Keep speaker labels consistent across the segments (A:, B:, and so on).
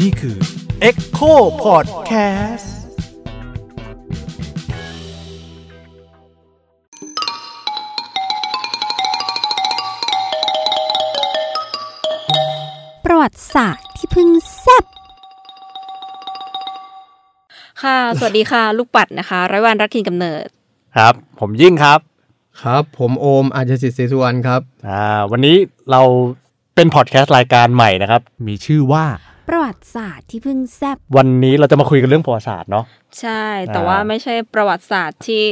A: นี่คือ Echo Podcast
B: ประวัติศาสตร์ที่เพิ่งแซ่บ
C: ค่ะ สวัสดีค่ะ ลูกปัดนะคะ ร้อยวันรักกินกำเนิด
A: ครับ ผมยิ่งครับ
D: ครับ ผมโอมอาจสิทธิ์ศรีสุวรรณครับ
A: อ่าวันนี้เราเป็นพอดแคสต์รายการใหม่นะครับ มีชื่อว่า
B: ประวัติศาสตร์ที่เพิ่งแซ่บ
A: วันนี้เราจะมาคุยกันเรื่องประวัติศาสตร์เนาะ
C: ใช่ แต่ว่าไม่ใช่ประวัติศาสตร์ที่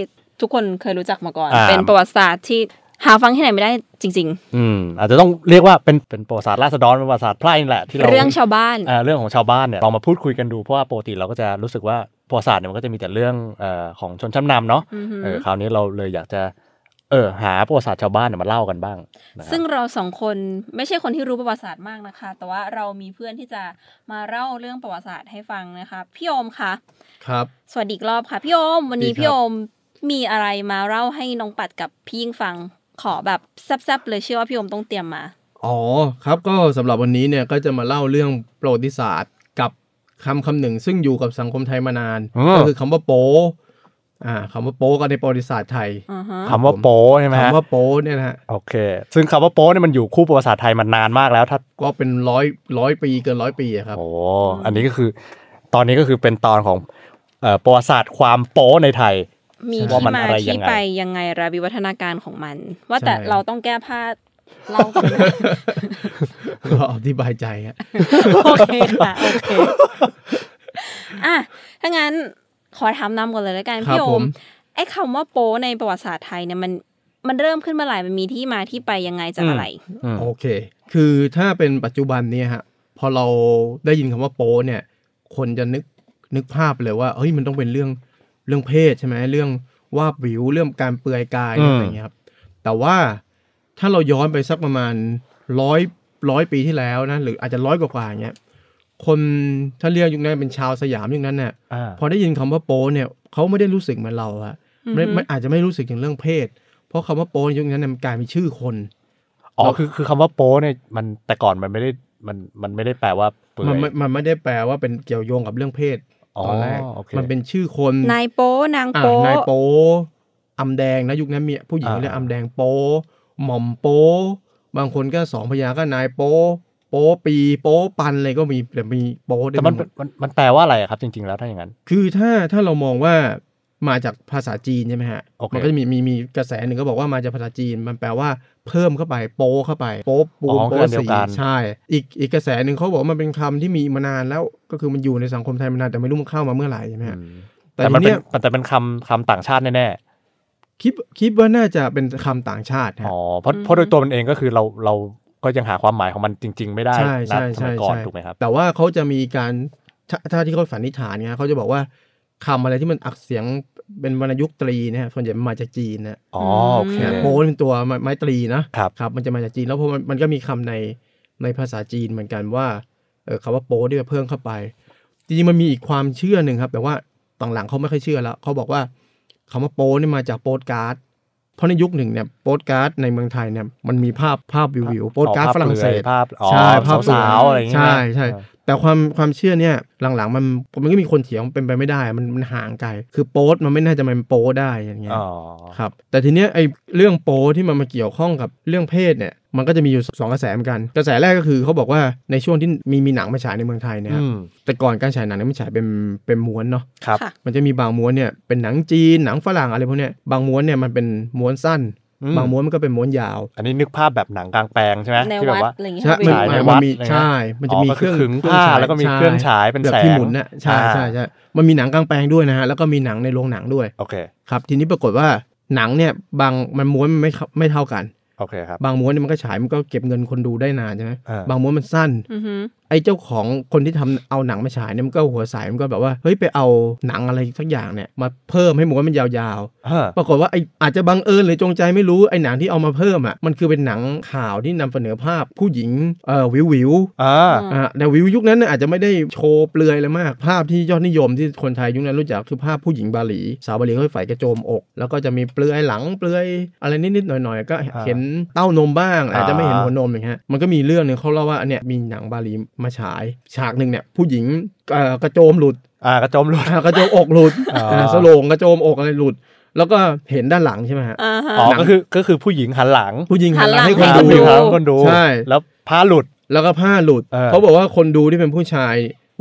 C: ทุกคนเคยรู้จักมาก่อน
A: อ่า
C: เป็นประวัติศาสตร์ที่หาฟังที่ไหนไม่ได้จริง
A: อืมอาจจะต้องเรียกว่าเป็นเป็นประวัติศาสตร์ราษฎรประวัติศาสตร์ไพร่นี่แหละที่
C: ๆ
A: เรา
C: เรื่องชาวบ้าน
A: อ่าเรื่องของชาวบ้านเนี่ยเรามาพูดคุยกันดูเพราะว่าปกติเราก็จะรู้สึกว่าประวัติศาสตร์เนี่ยมันก็จะมีแต่เรื่องเอ่อของชนชั้นนำเนาะ
C: อือฮึ
A: เออคราวนี้เราเลยอยากจะเออหาประวัติศาสตร์ชาวบ้านเนี่ยมาเล่ากันบ้างนะครับ
C: ซึ่งเราสองคนไม่ใช่คนที่รู้ประวัติศาสตร์มากนะคะ แต่ว่าเรามีเพื่อนที่จะมาเล่าเรื่องประวัติศาสตร์ให้ฟังนะคะ พี่โอมคะ
D: ครับ
C: สวัสดีอีกรอบค่ะ พี่โอม วันนี้
D: ดีครับ
C: พี่โอมมีอะไรมาเล่าให้น้องปัดกับพี่ยิ่งฟัง ขอแบบแซ่บๆเลยเชื่อว่าพี่โอมต้องเตรียมมา
D: อ๋อครับก็สำหรับวันนี้เนี่ยก็จะมาเล่าเรื่องประวัติศาสตร์กับคำคำหนึ่ง ซึ่งอยู่กับสังคมไทยมานาน
A: อ๋อ
D: ก็คือคำว่าโปอ่าคำว่าโปก็ในประวัติศาสตร์ไทย
C: อือฮะ
A: คำว่าโป้ใช่ไหมฮะ
D: คำว่าโปเนี่ยนะฮะ
A: โอเค ซึ่งคำว่าโป๊เนี่ยมันอยู่คู่ประวัติศาสตร์ไทยมานานมากแล้วถ้า
D: ก็เป็นร้อยร้อยปีเกินร้อยปีอะครับ
A: โอ้โหอันนี้ก็คือ ตอนนี้ก็คือเป็นตอนของเอ่อประวัติศาสตร์ความโป๊ในไทย
C: มี
A: ว่า
C: ที่
A: มัน
C: มา
A: อะไรยังไง
C: ที่ไปยังไงระวิวัฒนาการของมัน ว่าแต่
D: ใช่
C: เราต้องแก้ผ้าเราก่อนนะ
D: ก็อธิบายใจฮะ
C: โอเคค่ะโอเคอ่ะถ้างั้นขอถามนำก่อนเลยแล้วกัน
D: ครับ
C: พี่โอ
D: ผม
C: มไอ้คำว่าโป๊ในประวัติศาสตร์ไทยเนี่ยมันมันเริ่มขึ้นเมื่อไหร่มันมีที่มาที่ไปยังไงจากอะไร
A: อืม
D: โอเค คือถ้าเป็นปัจจุบันเนี่ยฮะพอเราได้ยินคำว่าโปเนี่ย คนจะนึกนึกภาพเลยว่าเฮ้ยมันต้องเป็นเรื่องเรื่องเพศใช่ไหมเรื่องว่าบวิวเรื่องการเปลือยกายเรื่องอะไรอย่างเงี้ยครับ แต่ว่าถ้าเราย้อนไปสักประมาณร้อยร้อยปีที่แล้วนะหรืออาจจะร้อยกว่าๆอย่างเงี้ยคนถ้าเรียกยุคนั้นเป็นชาวสยามยุคนั้นเนี่ย
A: อ่า
D: พอได้ยินคำว่าโป้เนี่ยเขาไม่ได้รู้สึกเหมือนเราอะไม่ไม่อาจจะไม่รู้สึกถึงเรื่องเพศ เพราะคำว่าโป้ในยุคนั้นเนี่ยมันกลายเป็นชื่อคน
A: อ๋อคือคือคำว่าโป๊เนี่ยมันแต่ก่อนมันไม่ได้มันมันไม่ได้แปลว่าเปื่อ
D: มัน
A: ย
D: ไม่มันไม่ได้แปลว่าเป็นเกี่ยวโยงกับเรื่องเพศ
A: อ๋อ
D: ตอนแรก
A: โอเค
D: มันเป็นชื่อคน
C: นายโป๊นาง
D: อ่ะ
C: โป๊
D: นายโป้อำแดงนะยุคนั้นมีผู้หญิง
A: อ่า
D: เรียกอำแดงโป้หม่อมโป้บางคนก็สองพยางค์ก็นายโป้โป้ปีโป้ปันอะไรก็มีแต่มีโป้ได้
A: แต่มัน
D: หมด
A: มันมันแปลว่าอะไรอะครับจริง ๆ แล้วถ้าอย่างนั้น
D: คือถ้าถ้าเรามองว่ามาจากภาษาจีนใช่ไหมฮะ
A: โอเค
D: มันก็จะมีมีมีกระแสหนึ่งก็บอกว่ามาจากภาษาจีน มันแปลว่าเพิ่มเข้าไปโป้เข้าไปโป๊ปู
A: อ๋
D: น
A: อ
D: โป๊
A: คืออันเดีย
D: สี
A: วกัน
D: ใช่ อีกอีกกระแสหนึ่งเขาบอกว่ามันเป็นคำที่มีมานานแล้วก็คือมันอยู่ในสังคมไทยมานานแต่ไม่รู้มันเข้ามาเมื่อไหร่ใช่ไหมฮะ
A: อืม
D: แต่
A: แต่
D: ที
A: มันเป็
D: เนี้
A: น
D: ย
A: มันแต่เป็นคำคำต่างชาติแน่
D: คิดคิดว่าน่าจะเป็นคำต่างชาติ
A: ๆ
D: ฮะ
A: อ๋อเพราะเพราะโดยตัวมันเองก็คือเราเราก็ยังหาความหมายของมันจริง ๆ ไม่ได้
D: ใช่
A: นะ
D: ใช่
A: ส
D: ใช่
A: มัยก่อน
D: ใช่
A: ถูกไหมครับ
D: แต่ว่าเขาจะมีการถ้าถ้าที่เขาสันนิษฐานเนี่ยเขาจะบอกว่าคำอะไรที่มันอักเสียงเป็นวรรณยุกต์ตรีนะฮะส่วนใหญ่มันมาจากจีนนะ
A: อ๋อโอเค
D: เนี่ยโป้เป็นตัวไม้ไม้ตรีนะครับ มันจะมาจากจีนแล้วเพราะมันมันก็มีคำในในภาษาจีนเหมือนกันว่าเออคำว่าโป้ที่เพิ่มเข้าไปจริงๆมันมีอีกความเชื่อหนึ่งครับ แต่ว่าตอนหลังเขาไม่ค่อยเชื่อแล้วเขาบอกว่าคำว่าโป้นี่มาจากโปสการ์ดเพราะในยุคหนึ่งเนี่ยโปสการ์ดในเมืองไทยเนี่ยมันมีภาพภาพวิววิวโปสการ์ดฝ
A: อ๋อภพ
D: รั่งเศส
A: ปลือยภาพอ๋อ
D: ใช่ภาพ
A: สาวๆอะไรอย่างเงี้ย
D: ใช่ใช่แต่ความความเชื่อเนี่ยหลังๆมันมันก็มีคนเถียงเป็นไปไม่ได้มันมันห่างไกลคือโป๊มันไม่น่าจะเป็นโป้ได้อย่างเงี้ย
A: อ๋อ
D: ครับแต่ทีเนี้ยไอเรื่องโปที่มันมาเกี่ยวข้องกับเรื่องเพศเนี่ยมันก็จะมีอยู่สองกระแสเหมือนกัน กระแสแรกก็คือเขาบอกว่าในช่วงที่มีมีหนังมาฉายในเมืองไทยเนะครั
A: อื
D: บ
A: ม
D: แต่ก่อนการฉายหนังเนี่ยมันฉายเป็นเป็นม้วนเนาะ
A: ครับ
C: ค่ะ
D: มันจะมีบางม้วนเนี่ยเป็นหนังจีนหนังฝรั่งอะไรพวกเนี้ยบางม้วนเนี่ยมันเป็นม้วนสั้น
A: อืม
D: บางม้วนมันก็เป็นม้วนยาว
A: อันนี้นึกภาพแบบหนังกลางแปลงใช่ไหม
C: ใน
A: ที่แบ
C: วัด
A: บว่า
C: อะไรอย่างเงี้ย
D: ใช่
C: ค่ะพี่
A: ฉาย
D: มั
A: ในวัด
D: มันมี
A: อะไรเงี้ย
D: ใช่มันจะ
A: อ๋อ
D: มี
A: ก็
D: เค
A: คือ
D: รื่อง
A: ขึงผ้า
D: เครื่อฉย
A: แล้วก็มีเครื่องฉายเป็น
D: แบบ
A: แสง
D: ที่หมุนนะใช่ใช่
A: อ่า
D: ใช่มันมีหนังกลางแปลงด้วยนะฮะแล้วก็มีหนังในโรงหนังด้วย
A: โอเค
D: ครับทีนี้ปรากฏว่าหนังเนี่ยบางมันม้วนมันไม่เข้าไม่เท่ากัน
A: โอเคครับ
D: บางม้วนเนี่ยมันก็ฉายมันก็เก็บเงินคนดูได้นานใช่ไหม
A: อ่า
D: บางม้วนมันสั้น
C: อือฮึ
D: ไอ้เจ้าของคนที่ทำเอาหนังมาฉายเนี่ยมันก็หัวสายมันก็แบบว่าเฮ้ยไปเอาหนังอะไรสักอย่างเนี่ยมาเพิ่มให้ม้วนมันยาวๆ
A: อ่า
D: ปรากฏว่าไออาจจะบังเอิญหรือจงใจไม่รู้ไอหนังที่เอามาเพิ่มอ่ะมันคือเป็นหนังข่าวที่นำเสนอภาพผู้หญิงเอ่อวิววิว
A: อ่า
C: อืม
D: อ่าแต่วิวยุคนั้นน่ะอาจจะไม่ได้โชว์เปลือยอะไรมาก ภาพที่ยอดนิยมที่คนไทยยุคนั้นรู้จักคือภาพผู้หญิงบาหลี สาวบาหลีก็ใฝ่กระโจมอก แล้วก็จะมีเปลือยหลังเปลือยอะไรนิดๆหน่อยๆ ก็เห็นเต้านมบ้าง อาจจะไม่เห็นหัวนมอย่างเงี้ยมันก็มีเรื่องหนึ่งเขาเล่าว่าเนี่ยมีหนังบาหลีมาฉาย ฉากหนึ่งเนี่ยผู้หญิงเอ่อกระโจมหลุด
A: อ่ากระโจมหลุด
D: อ่ากระโจมอกหลุด
A: อ่า
D: อ่าสโลงกระโจมอกอะไรหลุด แล้วก็เห็นด้านหลังใช่ไหมฮะ
C: อ่าฮะ
A: อ๋อ
D: หนัง
A: ก็คือก็คือผู้หญิงหันหลัง
D: ผู้หญิงหันหลังให้ค
C: หั
D: น น
C: หลัง
D: ดู
A: ผู้หญิงหันหลังให้คนดู
D: ใช่
A: แล้วผ้าหลุด
D: แล้วก็ผ้าหลุด
A: เออ
D: เขาบอกว่าคนดูที่เป็นผู้ชาย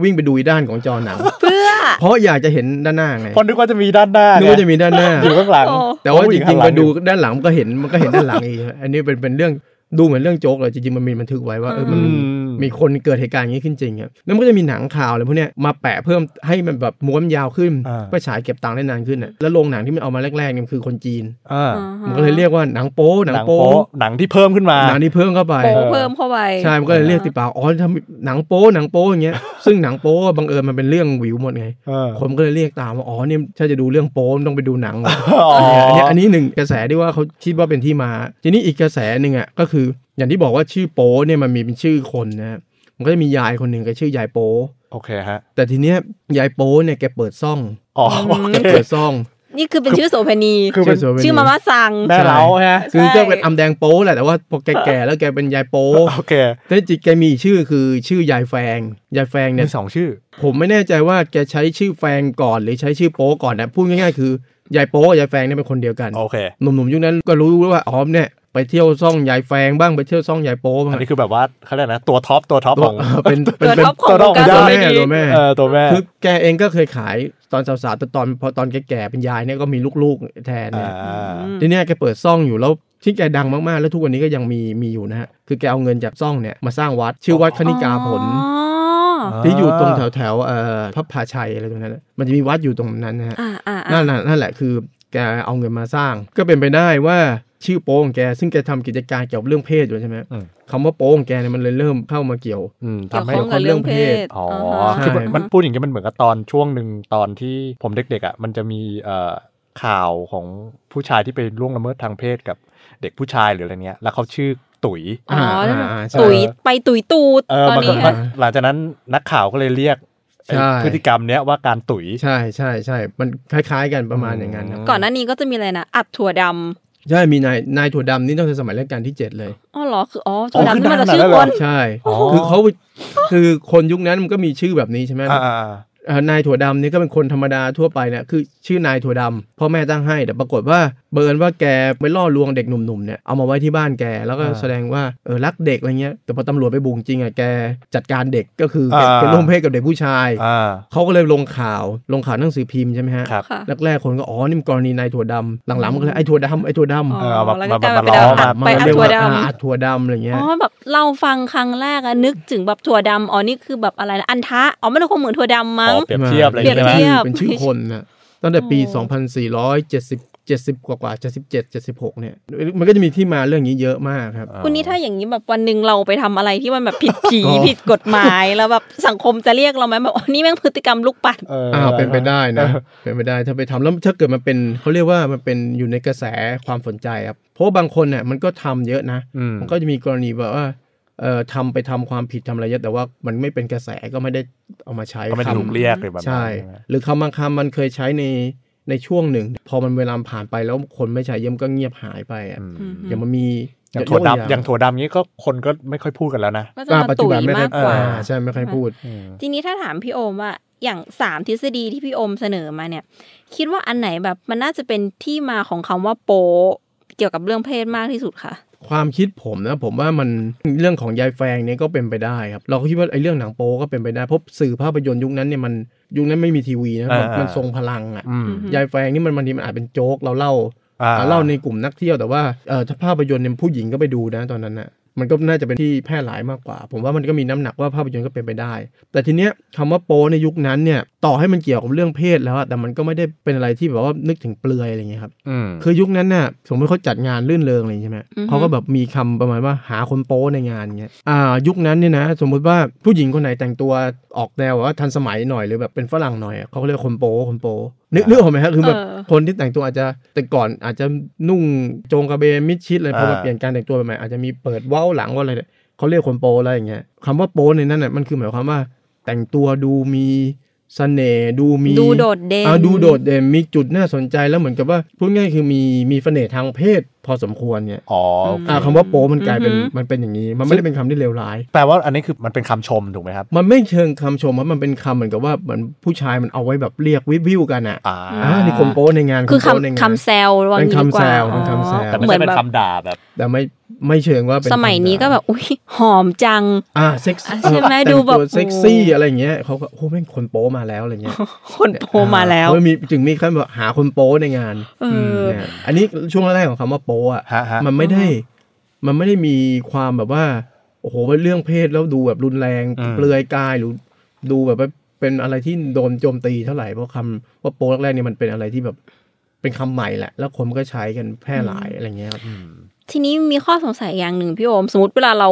D: วิ่งไปดูอีกด้านของจอหนัง
C: เพื่อ
D: เพราะอยากจะเห็นด้านหน้าไง
A: เพราะนึกว่าจะมีด้านหน้า
D: นึก
A: ไง
D: ว่าจะมีด้านหน้า
A: อยู่ข้างหลัง
C: โอ้
D: แต่ว่า
A: ผู้
D: จ
A: หญิ
D: ริงๆ
A: หันหลั
D: ไปดูด้านหลังมันก็เห็นมันก็เห็นด้านหลังอีกอันนี้เป็นเป็นเรื่องดูเหมือนเรื่องโจ๊กเลยจริงๆมันมีบันทึกไว้ว่าเออมัน
A: อื
D: มี
A: ม
D: มีคนเกิดเหตุการณ์อย่างนี้ขึ้นจริงครับแล้วมันก็จะมีหนังข่าวอะไรพวกเนี้ยมาแปะเพิ่มให้มันแบบม้วนยาวขึ้น
A: อ่า
D: เพื่อฉายเก็บตังค์ได้นานขึ้นน่ะแล้วโรงหนังที่มันเอามาแรกๆเนี่ยมันคือคนจีน
A: อ่า
C: อ่าฮะ
D: มันก็เลยเรียกว่าหนังโป๊หนัง
A: หนัง
D: โป๊
A: โป๊หนังที่เพิ่มขึ้นมา
D: หนังที่เพิ่มเข้าไป
C: โปะเพิ่มเข้าไป
D: ใช่ มันก็เลยเรียกติดปากอ๋อทำหนังโป๊หนังโป๊อย่างเงี้ย ซึ่งหนังโป๊ก็บังเอิญมันเป็นเรื่องหวิวหมดไง
A: เออ
D: คนก็เลยเรียกตามว่า อ๋อเนี่ยถ้าจะดูเรื่องโป๊มันต้องไปดูหนังเหรอ
A: อ๋อ
D: อัน
A: อ
D: เนี้ยอันนี้หนึ่งกระแสที่ว่าเขาคิดว่าเป็นที่มา ทีนี้อีกกระแสหนึ่งอ่ะก็คืออย่างที่บอกว่าชื่อโป้เนี่ยมันมีเป็นชื่อคนนะมันก็จะมียายคนหนึ่งก็ชื่อยายโป้
A: โอเคฮะ
D: แต่ทีเนี้ยยายโป้เนี่ยแกเปิดซ่อง
A: อ๋อ
C: ม
A: โอเค
D: เปิดซ่อง
C: นี่คือเป็นชื่อโสเภณี
A: คือเป็น
D: ชื่อ โสเภณี
C: ชื่อมาม่าสัง
A: แม่เล้าใช่ไหม
D: คือ
C: ใช่
D: ก็เป็นอำแดงโป้แหละแต่ว่าพอแกแก่แล้วแกเป็นยายโป้
A: โอเค
D: แต่จริงๆแกมีอีกชื่อคือชื่อยายแฟงยายแฟง
A: มี
D: เนี่ย
A: สองชื่อ
D: ผมไม่แน่ใจว่าแกใช้ชื่อแฟงก่อนหรือใช้ชื่อโป้ก่อนนะพูดง่ายๆคือยายโป้กับยายแฟงเนี่ยเป็นคนเดียวกัน
A: โอเค
D: หนุ่มๆยุคนั้นก็รู้ว่าอ๋อมเนี่ยไปเที่ยวซ่องยายแฟงบ้างไปเที่ยวซ่องยายโป้บ้า
A: อัน
D: ง
A: นี้คือแบบว่าเขาเรียกนะตัวท็อปตัวท็อป
D: ตัว
A: ของ
D: เออเป็นเป็น
C: ตัว
D: เป็น
C: ท็อปของ
A: ตัว
C: ว
A: ท็อป
C: งการ
A: ข
C: โส
D: ตัว
A: อง
C: เภ
D: แม่
C: ณี
D: ตัวแม่
A: เออตัวแม่
D: คือแกเองก็เคยขายตอนสาวๆแต่ตอนพอตอนแกๆเป็นยายเนี่ยก็มีลูกๆแทนเนี่ย
A: อ่า
D: ทีเนี้ยแกเปิดซ่องอยู่แล้วที่แกดังมากๆ แล้วทุกวันนี้ก็ยังมีมีอยู่นะฮะคือแกเอาเงินจากซ่องเนี่ยมาสร้างวัดชื่อวัดคณิกาผล
B: อ๋อ
D: ที่อยู่ตรงแถวแถวๆเอ่อพระพาชัยอะไรตรงนั้นนะมันจะมีวัดอยู่ตรงนั้นนะฮะ
B: อ่าอ่า
D: นั่นแหละนั่นแหละคือแกเอาเงินมาสร้าง ก็เป็นไปได้ว่าชื่อโป้งแกซึ่งแกทำกิจการเกี่ยวกับเรื่องเพศอยู่ใช่ไหม
A: อืม
D: คำว่าโป้งแกเนี่ยมันเลยเริ่มเข้ามาเกี่ยว
A: อืม
C: เกี่ยว
A: ทำให้
C: ข้องกับเรื่องเพศ
A: อ๋อ
C: อ่าฮะ
A: คือมัน
D: ใช่
A: มันพูดอย่างนี้ยมันเหมือนกับตอนช่วงหนึ่งตอนที่ผมเด็กๆอ่ะมันจะมีเอ่อข่าวของผู้ชายที่ไปล่วงละเมิดทางเพศกับเด็กผู้ชายหรืออะไรเนี้ย แล้วเขาชื่อตุ๋ย
C: อ๋ออา
D: อ่าใช่
C: ตุ๋ยไปตุ๋ยตูด
A: เออ
C: ตอน
A: มันก็
C: นี้
A: มั
C: ฮะ
A: นหลังจากนั้นนักข่าวก็เลยเรียกไอ้
D: ใช่
A: พฤติกรรมเนี้ยว่าการตุ๋ย
D: ใช่ใช่ใช่มันคล้ายๆกันประมาณอย่างนั้นนะ
A: อืม
C: ก่อนหน้านี้ก็จะมีอะไรนะ อัดถั่วดำ
D: ใช่มีนายนายถั่วดำนี่ตั้งแต่สมัยรัชกาลที่ 7 เลย
C: อ๋อเหรอคืออ๋อถั่ว
A: อ๋อ
C: ดำ
A: ขึ้น
C: นี่มา
A: ห
C: จาก
A: น้า
C: ชื่อ
A: ห
C: ค
A: น่อยได้
C: น
A: เหรอ
D: ใช่
A: อ๋อ
D: คือเขาคือคนยุคนั้นมันก็มีชื่อแบบนี้ใช่ไหม
A: อ่าอ่าอ่า
D: เอ่อนายถั่วดำนี่ก็เป็นคนธรรมดาทั่วไปแหละคือชื่อนายถั่วดำพ่อแม่ตั้งให้แต่ปรากฏว่าเบิร์นว่าแกไปล่อลวงเด็กหนุ่มๆเนี่ยเอามาไว้ที่บ้านแกแล้วก็
A: อ่า
D: แสดงว่าเออรักเด็กอะไรเงี้ยแต่พอตำรวจไปบุกจริงอ่ะแกจัดการเด็กก็คือแก
A: อ่า
D: ไปร่วมเพศกับเด็กผู้ชาย
A: อ่า
D: เขาก็เลยลงข่าวลงข่าวหนังสือพิมพ์ใช่ไหมฮะ
A: ครับ
C: ค่ะ
D: แรกๆคนก็อ๋อนี่มันกรณีนายถั่วดำหลังๆมันก็เลยไอ้ถั่วดำไอ้ถั่วดำ
C: อ๋อ
A: เออมา
C: แล้วก็กลาย
A: มามา
C: มาเป็นอัดไปอัด
D: เรียก
C: ถั่วด
D: อ่าอัดถั่วดำอะไร
C: ำ
D: เงี้
C: อ๋
D: ย
C: อแบบเราฟังครั้งแรกอะนึกถึงแบบถั่วดำอ๋อนี่คือแบบอะไรนะอันทะอ๋อมันก็คงเหมือนถั่วดำมั้ง
A: อ๋อเปรียบเทียบอะไรอย่าง
C: เปรี
A: เงี้ย
C: ย
A: ใช่ไหม
C: บเทียบ
D: เป็นชื่อคน นะตั้งแต่ปี
C: โอ้
D: 2470 70 กว่ากว่า77 76 เนี่ย มันก็จะมีที่มาเรื่องนี้เยอะมากครับ
C: คุณนี่ถ้าอย่างนี้แบบวันหนึ่งเราไปทำอะไรที่มันแบบผิด ผี
D: อ๋อ
C: ผิดกฎหมายแล้วแบบสังคมจะเรียกเราไหมแบบอ๋อนี่แม่งพฤติกรรมลูกปัด
D: อ่าเป็นไปได้นะ เป็นไปได้ถ้าไปทำแล้วถ้าเกิดมันเป็นเขาเรียกว่ามันเป็นอยู่ในกระแสความสนใจครับ เพราะว่าบางคนเนี่ยมันก็ทำเยอะนะ
A: อืม
D: มันก็จะมีกรณีแบบว่าเอ่อทำไปทำความผิดทำอะไรเยอะแต่ว่ามันไม่เป็นกระแสก็ไม่ได้เอามาใช้
A: ก็ไม่ได้ถูกเรียกหรือแบบนั้น
D: ใช่
A: ไหม
D: หรือคำบางคำมันเคยใช้ในในช่วงหนึ่ง พอมันเวลาผ่านไปแล้วคนไม่ใช้เยี่ยมนก็เงียบหายไปอะ
A: อืม
C: ม
D: อย่างมันมี
A: อย่างถั่วดำอย่าง
D: ก
A: ถั่วดำนี้ก็คนก็ไม่ค่อยพูดกันแล้วนะ
C: ก็จะ
D: ตัวอย่งอ่า
C: มา
D: ปัจจุ
C: ตุ๋
D: บั
C: ย
D: นไม่ค่
C: มา
D: อย
C: กกว่า
D: อ่าใช่ไม่ค่อยพูด
C: ทีนี้ถ้าถามพี่โอมว่าอย่างสามทฤษฎีที่พี่โอมเสนอมาเนี่ย คิดว่าอันไหนแบบมันน่าจะเป็นที่มาของคำว่าโปเกี่ยวกับเรื่องเพศมากที่สุดค่ะ
D: ความคิดผมนะผมว่ามันเรื่องของยายแฟงเนี่ยก็เป็นไปได้ครับ เราก็คิดว่าไอ้เรื่องหนังโป๊ก็เป็นไปได้เพราะสื่อภาพยนตร์ยุคนั้นเนี่ยมันยุคนั้นไม่มีทีวีนะมัน
A: อ่ามั
D: มันทรงพลังอ่ะ
A: อืม
D: ยายแฟงนี่มันบางทีมันอาจเป็นโจ๊กเราเล่า
A: อ่า
D: อ่าเล่าในกลุ่มนักเที่ยวแต่ว่าเออถ้าภาพยนตร์เนี่ยผู้หญิงก็ไปดูนะตอนนั้นน่ะ มันก็น่าจะเป็นที่แพร่หลายมากกว่า ผมว่ามันก็มีน้ำหนักว่าภาพยนตร์ก็เป็นไปได้ แต่ทีเนี้ยคำว่าโปในยุคนั้นเนี่ยต่อให้มันเกี่ยวกับเรื่องเพศแล้วอะแต่มันก็ไม่ได้เป็นอะไรที่แบบว่านึกถึงเปลือยอะไรเงี้ยครับ
A: อืม
D: คือยุคนั้นน่ะสมมติเขาจัดงานลื่นเริงอะไรอย่างงี้ใช่ไหม
C: อือฮึ
D: เขาก็แบบมีคำประมาณว่าหาคนโป๊ในงานเงี้ยอ่ายุคนั้นเนี่ยนะ สมมุติว่าผู้หญิงคนไหนแต่งตัวออกแนวแบบว่าทันสมัยหน่อยหรือแบบเป็นฝรั่งหน่อยอะเขาก็เรียกว่าคนโป๊คนโป๊นึกนึกออกไหมฮะคือแบบ
C: เออ
D: คนที่แต่งตัวอาจจะแต่ก่อนอาจจะนุ่งโจงกระเบนมิดชิดอะไรพอมาเปลี่ยนการแต่งตัวใหม่อาจจะมีเปิดเว้าหลังว่าอะไรเนี่ยเขาเรียกคนโป๊อะไรอย่างเงี้ยคำว่าโป๊ในนั้นน่ะมันคือหมายความว่า แต่งตัวดูมีเสน่ห์ดูมี
C: ดูโดดเด่น
D: อ่าดูโดดเด่นมีจุดน่าสนใจแล้วเหมือนกับว่าพูดง่ายคือมีมีเสน่ห์ทางเพศพอสมควรเนี่ย
A: อ๋ออ
C: ม
A: โอ
D: อ่า
A: เค
D: คำว่าโป๊มันกลายเป็น
C: อือหือ
D: มันเป็นอย่างนี้ มันไม่ได้เป็นคำที่เลวร้าย
A: แปลว่าอันนี้คือมันเป็นคำชมถูกไหมครับ
D: มันไม่เชิงคำชมว่ามันเป็นคำเหมือนกับว่าเหมือนผู้ชายมันเอาไว้แบบเรียกวิบวิวกันอ่ะ
A: อ่า
D: อ่านี่คนโป๊ในงาน
C: คือ
D: โป๊ใน
C: คำ
D: งาน
C: คำแซวว่า
D: เป็น
C: งี้ดีก
D: คำแซ
C: ว่าว
D: เป็นคำแซว
A: แต่
C: อ๋อ
A: ไม่
C: เหมือ
A: ใช่
C: น
A: เป็น
C: แบบ
A: คำด่าแบบ
D: แต่ไม่ไม่เชิงว่าเป็น
C: สมัยนี้ก็แบบอุ้ยหอมจัง
D: อ่าเซ็ก
C: อ่ะ
D: ซี่
C: ใช่ไหมดูแบบ
D: เซ็กซี่อะไรอย่างเงี้ยเขาก็โอ้แม่งคนโป๊มาแล้วอะไรเงี้ย
C: คนโพมาแล้ว
D: เออมีถึงมีคำว่าหาคนโป้ในงาน
C: เอออื
D: มเนี่ยอันนี้ช่วงแรกของคำว่าโป้อะ
A: ฮะฮะ
D: มันไม่ได้ มันไม่ได้มีความแบบว่า โอ้โหเป็นเรื่องเพศแล้วดูแบบรุนแรง
A: อืม
D: เปลือยกายหรือดูแบบว่าเป็นอะไรที่โดนโจมตีเท่าไหร่เพราะคำว่าโป้แรกๆเนี่ยมันเป็นอะไรที่แบบเป็นคำใหม่แหละ แล้วคนก็ใช้กันแพร่หลายอะไรเงี้ยครับ
C: ทีนี้มีข้อสงสัยอย่างหนึ่งพี่โอมสมมติเวลาเรา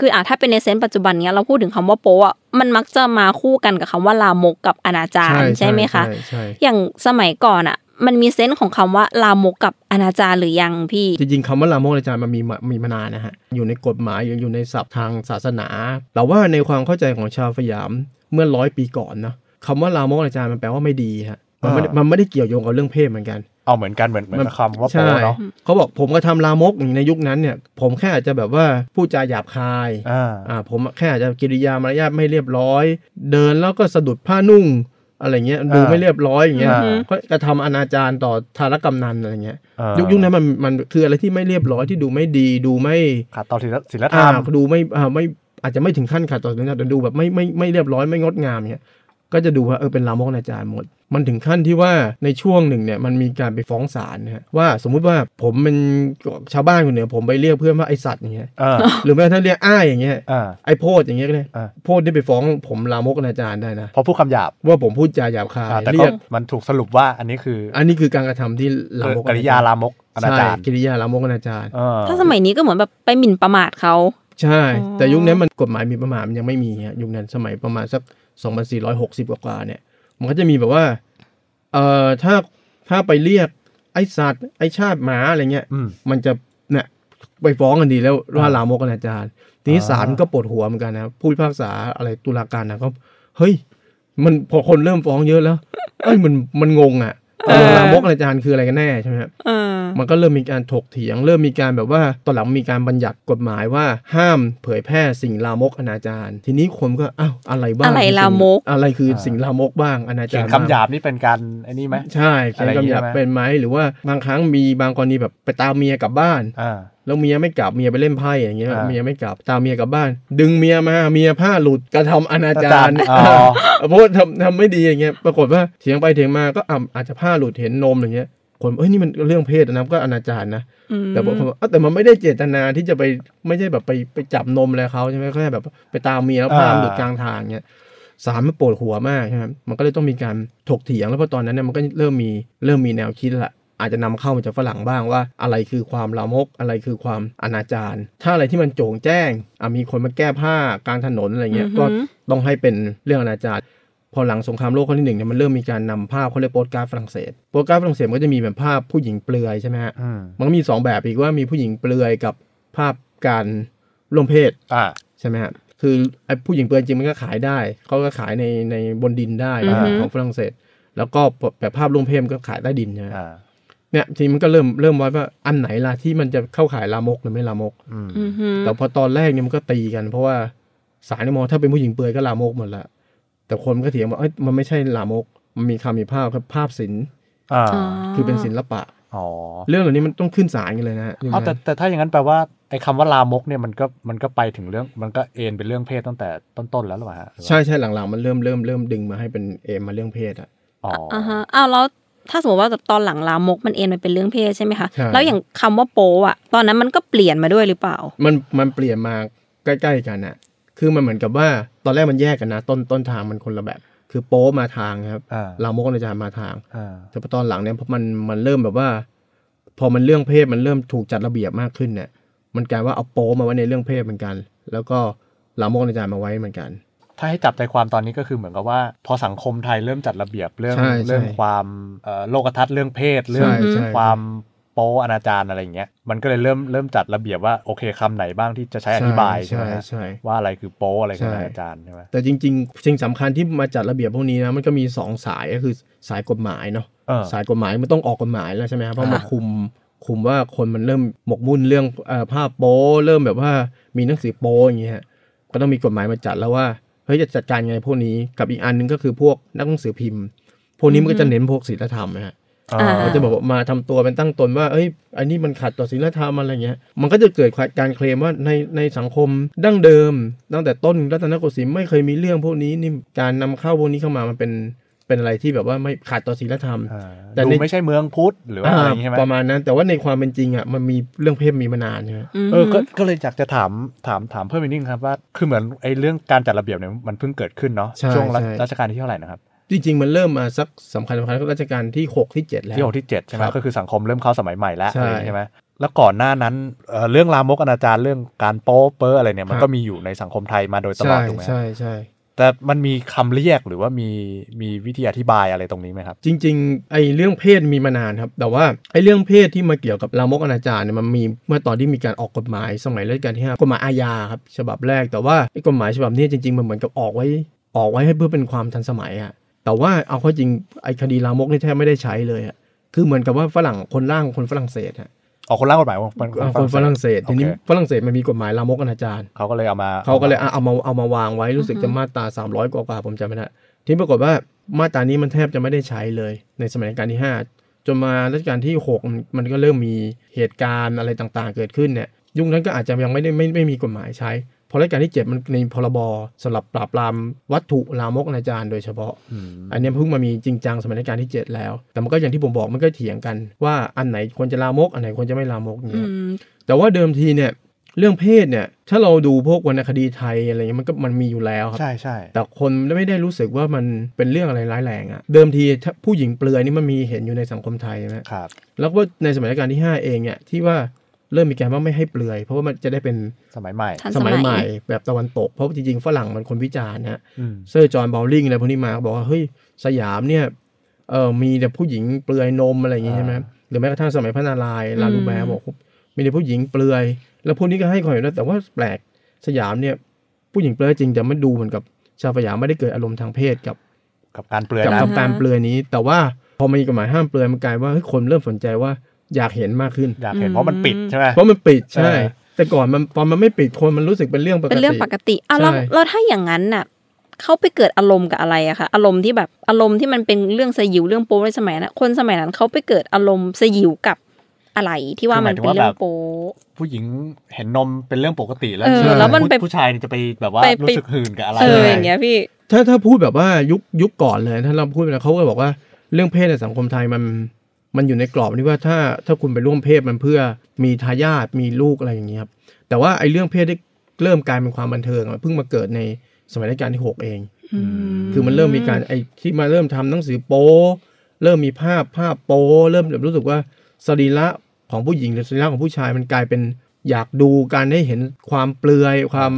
C: คืออ่ะถ้าเป็นในเซนส์ปัจจุบันเนี้ยเราพูดถึงคำว่าโป๊อะมันมักจะมาคู่กันกับคำว่าลามกกับอนาจารใช่ไหมคะ
D: ใช่ใช่
C: อย่างสมัยก่อนอะมันมีเซนส์ของคำว่าลามกกับอนาจารหรือยังพี่
D: จริงๆคำว่าลามกอนาจารย์มันมีมามีมานานนะฮะ อยู่ในกฎหมายอยู่อยู่ในศัพท์ทางศาสนา แต่ว่าในความเข้าใจของชาวสยามเมื่อร้อยปีก่อนเนาะคำว่าลามกอนาจารย์มันแปลว่าไม่ดีฮะมันไม่ได้
A: อ่ามั
D: มันไม่ได้เกี่ยวโยงกับเรื่องเพศเหมือนกัน
A: เอาเหมือนกันเหมือนเหมือนกับคำว่าโป๊
D: ใช่
A: เนาะ
D: เขาบอกผมกระทำลามกอย่างในยุคนั้นเนี่ย ผมแค่อาจจะแบบว่าพูดจาหยาบคาย
A: อ่า
D: อ่าผมแค่อาจจะกิริยามารยาทไม่เรียบร้อย เดินแล้วก็สะดุดผ้านุ่งอะไรเงี้ยดูไม่เรียบร้อยอย่างเงี้ย
C: อ่า
D: ก็กระทำอนาจารต่อทารกำนันอะไรเงี้ย
A: อ่า
D: ยุคยุคนั้นมันมันคืออะไรที่ไม่เรียบร้อยที่ดูไม่ดีดูไม่
A: ขาดต่อศีลศีลธร
D: อ่าร
A: ม
D: ดูไม่อ่าไม่อาจจะไม่ถึงขั้นขาดต่อศีลธรรมแต่ดูแบบไม่ไม่ไม่เรียบร้อยไม่งดงามเนี่ยก็จะดูว่าเออเป็นลามกอนาจารหมด มันถึงขั้นที่ว่าในช่วงหนึ่งเนี่ยมันมีการไปฟ้องศาลนะฮะว่าสมมุติว่าผมเป็นชาวบ้านคนเหนือผมไปเรียกเพื่อนว่าไอสัตว์อย่างเงี้ย
A: อ่า
D: หรือแม้กระทั่งเรียกอ้ายอย่างเงี้ย
A: อ่า
D: ไอโพดอย่างเงี้ยก็ได้
A: อ่า
D: โพดนี่ไปฟ้องผมลามกอนาจารได้นะ
A: เพราะพูดคำหยาบ
D: ว่าผมพูดจาหยาบคาย
A: อ่าแต่
D: เรี
A: ก็
D: ยก
A: มันถูกสรุปว่าอันนี้คืออ
D: อันนี้คือการกระทำที่ลามก
A: กริยาลามกอนาจาร
D: ใช่กิริยาลามกอนาจาร
A: เออ
C: ถ้าสมัยนี้ก็เหมือนแบบไปหมิ่นประมาทเขา
D: ใช่
C: อ๋อ
D: แต่ยุคนั้นมันกฎหมายหมีประมาทมันยังไม่มีฮะยุคนั้นสมัยประมาณสัก 2460 กว่าๆเนี่ย มันก็จะมีแบบว่า เอ่อถ้าถ้าไปเรียกไอ้สัตว์ ไอ้ชาติหมาอะไรเงี้ย
A: อืม
D: มันจะเนี่ยไปฟ้องกันดีแล้วว่าลามกอนาจารทีนี้
A: อ่า
D: ศาลก็ปวดหัวเหมือนกันนะผู้พิพากษาอะไรตุลาการนะก็เฮ้ย มันพอคนเริ่มฟ้องเยอะแล้ว เอ้ยมันมันงงอ่ะเออลามกอนาจารคืออะไรกันแน่ใช่ไหมฮะ
C: เออ
D: มันก็เริ่มมีการถกเถียง เริ่มมีการแบบว่าตอนหลังมีการบัญญัติกฎหมายว่าห้ามเผยแพร่สิ่งลามกอนาจารทีนี้คนก็อ้าวอะไรบ้าง
C: อะไรลามก
D: คือสิ่งอะไรคือสิ่งลามกบ้างอนา
A: เขี
D: จาย ร
A: นคำหยาบนี่เป็นการไอ้นี่ไหม
D: ใช่เขียนคำหยาบ
A: อะไรอย่างเงี้ย
D: เป็นไหมหรือว่าบางครั้งมีบางกรณีแบบไปตามเมียกลับบ้าน
A: อ่า
D: แล้วเมียไม่กลับเมียไปเล่นไพ่อย่างเงี้ย
A: อ่า
D: เมียไม่กลับตามเมียกลับบ้าน ดึงเมียมาเมียผ้าหลุดกระทำอนาจาร
A: อ๋อ
D: เพราะว่าทำทำไม่ดีอย่างเงี้ย ปรากฏว่าเถียงไปเถียงมาก็อ่ำอาจจะผ้าหลุดเห็นนมอะไรเงี้ย คนเอ้ยนี่มันเรื่องเพศนะก็อนาจารนะ
C: อืม
D: แต่บอกคนว่าเอ้าแต่มันไม่ได้เจตนาที่จะไปไม่ใช่แบบไปไปจับนมอะไรเขาใช่ไหมแค่แบบไปตามเมียแล้วผ้า
A: อ่า
D: หลุดกลางทางเงี้ยสารมันปวดหัวมากใช่ไหมมันก็เลยต้องมีการถกเถียงแล้วพอตอนนั้นเนี่ยมันก็เริ่มมีเริ่มมีแนวคิดละอาจจะนำเข้ามาจากฝรั่งบ้างว่า อะไรคือความลามกอะไรคือความอนาจารถ้าอะไรที่มันโจงแจ้งอ่ะมีคนมาแก้ผ้ากลางถนนอะไรเงี้ยก็ ต้องให้เป็นเรื่องอนาจารพอหลังสงครามโลกครั้งที่หนึ่งเนี่ยมันเริ่มมีการนำภาพเขาเรียกโปสการ์ดฝรั่งเศสโปสการ์ดฝรั่งเศสมันก็จะมีแบบภาพผู้หญิงเปลือยใช่ไหมฮะ
A: อืม
D: มันก็มีสองแบบอีกว่ามีผู้หญิงเปลือยกับภาพการร่วมเพศ
A: อ่า
D: ใช่ไหมฮะคือไอ้ผู้หญิงเปลือยจริงมันก็ขายได้เขาก็ขายในในบนดินได้
A: อือฮึ
D: ของฝรั่งเศส แล้วก็แบบภาพร่วมเพศมันก็ขายใต้ดินใช่ไหมฮะ
A: อ่า
D: เนี่ยทีนี้มันก็เริ่มเริ่มไว้ว่าอันไหนล่ะที่มันจะเข้าขายลามกหรือไม่ลามก
A: อืม
C: อือหือ
D: แต่พอตอนแรกเนี่ยมันก็ตีกัน เพราะว่าสารเนี่ยมองถ้าเป็นผู้หญิงเปลือยก็ลามกหมดละแต่คนก็เถียงว่าเอ้ยมันไม่ใช่ลามก มันมีคำมีภาพครับภาพศิลป์
A: อ่า
D: คือเป็นศิลปะ
A: อ๋อ
D: เรื่องเหล่านี้มันต้องขึ้นศาลกันเลยนะฮะ
A: เอาแต่แต่ถ้าอย่างนั้นแปลว่าไอ้คำว่าลามกเนี่ยมันก็มันก็ไปถึงเรื่องมันก็เอนเป็นเรื่องเพศตั้งแต่ต้นๆแล้วหรือเปล่าฮะ
D: ใช่ใช่หลังๆ มันเริ่มเริ่มเริ่มดึงมาให้เป็นเอมมาเรื่องเพศอะ
A: อ๋ออ
C: อ่าฮะอ้าวแล้ว ถ้าสมมติว่าตอนหลังลามกมันเอ็นไปเป็นเรื่องเพศใช่ไหมคะ
D: ใช่
C: แล้วอย่างคำว่าโป๊อะตอนนั้นมันก็เปลี่ยนมาด้วยหรือเปล่า
D: มันมันเปลี่ยนมาใกล้ๆกันน่ะ คือมันเหมือนกับว่าตอนแรกมันแยกกันนะ ต้นต้นทางมันคนละแบบ คือโป๊มาทางครับ
A: อ่า
D: ลามกอนาจารมาทาง
A: อ่า
D: แต่พอตอนหลังเนี่ยพอมันมันเริ่มแบบว่า พอมันเรื่องเพศมันเริ่มถูกจัดระเบียบมากขึ้นเนี่ย มันกลายว่าเอาโป๊มาไว้ในเรื่องเพศเหมือนกัน แล้วก็ลามกอนาจารมาไว้เหมือนกัน
A: ถ้าให้จับใจความตอนนี้ก็คือเหมือนกับว่า พอสังคมไทยเริ่มจัดระเบียบเรื่อง
D: ใช่ใช่
A: เรื่องความเอ่อโลกทัศน์เรื่องเพศเรื่อง
D: ใช่ใช่
A: ความโป้อนาจารอะไรอย่างเงี้ยมันก็เลยเริ่มเริ่มจัดระเบียบว่าโอเคคำไหนบ้างที่จะใช้อธิบายใช่ไหมฮะ
D: ใช่
A: ว่าอะไรคือโป้อะไรคือ
D: ใช่
A: อนาจารใช่ไหม
D: แต่จริงๆสิ่งสำคัญที่มาจัดระเบียบพวกนี้นะมันก็มีสองสายก็คือสายกฎหมายเนาะ
A: เออ
D: สายกฎหมายมันต้องออกกฎหมายแล้วใช่ไหมครับเพราะมา
C: ค่ะ
D: คุมคุมว่าคนมันเริ่มหมกมุ่นเรื่องเออภาพโป๊เริ่มแบบว่ามีหนังสือโป๊อย่างเงี้ยฮะก็ต้องมีกฎหมายมาจัดแล้วว่าเฮ้ยจะจัดการยังไงพวกนี้กับอีกอันหนึงก็คือพวกนักหนังสือพิมพ์ พวกนี้มันก็จะเน้นพวกศีลธรรมนะฮะ
C: อ่า
D: มันจะบอกว่ามาทำตัวเป็นตั้งตนว่าเอ้ยอันนี้มันขัดต่อศีลธรรมอะไรเงี้ยมันก็จะเกิดการเคลมว่าในในสังคมดั้งเดิมตั้งแต่ต้นรัตนโกสินทร์ไม่เคยมีเรื่องพวกนี้นี่การนำเข้าพวกนี้เข้ามามันเป็นเป็นอะไรที่แบบว่าไม่ขัดต่อศีลธรรม
A: อ่า
D: แต่
A: ดู
D: ใน
A: ไม่ใช่เมืองพุทธหรือว่าอะไรอย่างงี้ใช่ไหม
D: ประมาณนั้นแต่ว่าในความเป็นจริงอ่ะมันมีเรื่องเพศมีมานานใช่ไหม
C: ม
A: เออก็ก็เลยอยากจะถามถามถามเพิ่มอีกนิดนึงครับว่าคือเหมือนไอ้เรื่องการจัดระเบียบเนี่ยมันเพิ่งเกิดขึ้นเนาะช่วงรัชรัชกาลที่เท่าไหร่นะครับ
D: จริง ๆ มันเริ่มมาสักสำคัญสำคัญก็รัชกาลที่ 6 ที่ 7 แล้ว
A: ที่หกที่เจ็ดใช่ไหม
D: ครับ
A: ก็คือสังคมเริ่มเข้าสมัยใหม่แล้ว
D: ใช่
A: อะไรอย่างนี้ใช่ไหมแล้วก่อนหน้านั้นเอ่อเรื่องลามกอนาจารเรื่องการโป๊เปอร์อะไรเนี่ยมั
D: ค
A: น
D: รับ
A: ก็มีอยู่ในสังคมไทยมาโดยตลอ
D: ใช่
A: ดถูกไหม
D: ใช่ใช่
A: แต่มันมีคำเรียกหรือว่ามีมีวิธีอธิบายอะไรตรงนี้ไหมครับ
D: จริง ๆ ไอ้เรื่องเพศมีมานานครับ แต่ว่าไอ้เรื่องเพศที่มาเกี่ยวกับลามกอนาจารเนี่ยมันมีเมื่อตอนที่มีการออกกฎหมายสมัยรัชกาลที่ห้ากฎหมายอาญาครับฉบับแรกแต่ว่าไอ้กฎหมายฉบับนี้จริงๆมันเหมือนกับออกไว้ออกไว้ให้เพื่อเป็นความทันสมัยอะแต่ว่าเอาเข้าจริงไอ้คดีลามกนี่แทบไม่ได้ใช้เลยอะคือเหมือนกับว่าฝรั่งคนร่างคนฝรั่งเศสอะ
A: ออกคนร่างกฎหมายว่ามัน
D: อ่าคนฝรั่งเศส
A: โอ
D: ที
A: เค
D: นี้ฝรั่งเศสมันมีกฎหมายลามกอนาจาร
A: เขาก็เลยเอามา
D: เขาก็เลยอ่ะเอามาเอามาวางไว้รู้สึกจะมาตรา300 กว่ากว่าผมจำไม่ได้ทีนี้ปรากฏว่ามาตรานี้มันแทบจะไม่ได้ใช้เลย ในสมัยรัชกาลที่ 5 จนมารัชกาลที่ 6 มันมันก็เริ่มมีเหตุการณ์อะไรต่างๆ เกิดขึ้นเนี่ยยุคนั้นก็อาจจะยังไม่ได้ไม่ไม่มีกฎหมายใช้พอรัชกาลที่ 7 มันในพรบสำหรับปราบปรามวัตถุลามกอนาจารโดยเฉพาะ
A: อืม
D: อันเนี้ยเพิ่งมามีจริงจังสมัยรัชกาลที่ 7 แล้ว แต่มันก็อย่างที่ผมบอกมันก็เถียงกัน ว่าอันไหนควรจะลามกอันไหนควรจะไม่ลามกเนี่ย
C: ม
D: แต่ว่าเดิมทีเนี่ยเรื่องเพศเนี่ยถ้าเราดูพวกวรรณคดีไทยอะไรเงี้ยมันก็มันมีอยู่แล้วครับ
A: ใช่ใช่
D: แต่คนไม่ได้รู้สึกว่ามันเป็นเรื่องอะไรร้ายแรงอะ่ะเดิมทีถ้าผู้หญิงเปลือยนี่มันมีเห็นอยู่ในสังคมไทยใช่ไหม
A: ครับ
D: แล้วก็ในสมัยรัชกาลที่ 5 เองเนี่ยที่ว่าเริ่มมีการว่าไม่ให้เปลือย เพราะว่ามันจะได้เป็น
A: สมัยใหม่
C: ทัน
D: ส
C: ส
D: มั
C: มั
D: ย
C: ย
D: ใหม่แบบตะวันตก เพราะว่าจริงๆฝรั่งมันคนวิจารณ์นะ
A: อืม
D: เซอร์จอห์นบอลลิงอะไรพวกนี้มาก็บอกว่าเฮ้ยสยามเนี่ยเออมีแต่ผู้หญิงเปลือยนมอะไรอย่างงี้ใช่ไหม
A: อ่า
D: หรือแม้กระทั่งสมัยพระนารายณ์ลาลูแบร์บอกว่ามีแต่ผู้หญิงเปลือย แล้วพวกนี้ก็ให้ความเห็นด้วยแต่ว่าแปลกสยามเนี่ยผู้หญิงเปลือยจริงแต่มันดูเหมือนกับชาวสยามไม่ได้เกิดอารมณ์ทางเพศกับ
A: กับการเปลือย
D: กับ
A: นะ
D: กับการเปลือยนี้ แต่ว่าพอมีกฎหมายห้ามเปลือยมันกลายว่าเฮ้ยคนเริ่มสนใจว่าอยากเห็นมากขึ้น
A: อยากเห็นเพราะมันปิดใช่ไหม
D: เพราะมันปิดใช่
A: เออ
D: แต่ก่อนมันตอนมันไม่ปิดคนมันรู้สึกเป็นเรื่องปกติ
C: เป็นเรื่องปกติอ้าวแล้ว
D: ใช่
C: แล้วถ้าอย่างนั้นน่ะเขาไปเกิดอารมณ์กับอะไรอะคะอารมณ์ที่แบบอารมณ์ที่มันเป็นเรื่องสยิวเรื่องโป๊ในสมัยนั้นคนสมัยนั้นเขาไปเกิดอารมณ์สยิวกับอะไรที่ว่ามันเป็นเรื่องโป๊
A: ผู้หญิงเห็นนมเป็นเรื่องปกติแล้ว
C: เออ
A: ใช่ไหม
C: แล้วมันไป
A: ผู้ชายเนี่ยจะไปแบบว่า
C: ไปไป
A: รู้สึกหื่นกับอะไร
C: เออ
A: ใช่
C: อย่างเงี้ยพี่
D: ถ้าถ้าพูดแบบว่ายุคยุคก่อนเลยถ้าเราพูดไปแล้วเขาก็บอกว่าเรื่องเพศในสังคมไทยมันมันอยู่ในกรอบที่ว่าถ้าถ้าคุณไปร่วมเพศมันเพื่อมีทายาทมีลูกอะไรอย่างเงี้ยครับแต่ว่าไอ้เรื่องเพศที่เริ่มกลายเป็นความบันเทิงอะเพิ่งมาเกิดในสมัยรัชกาลที่ 6 เอง คือมันเริ่มมีการไอ้ที่มาเริ่มทำหนังสือโป๊เริ่มมีภาพภาพโป๊เริ่มแบบรู้สึกว่าสรีระของผู้หญิงหรือสรีระของผู้ชายมันกลายเป็นอยากดูการได้เห็นความเปลือยความ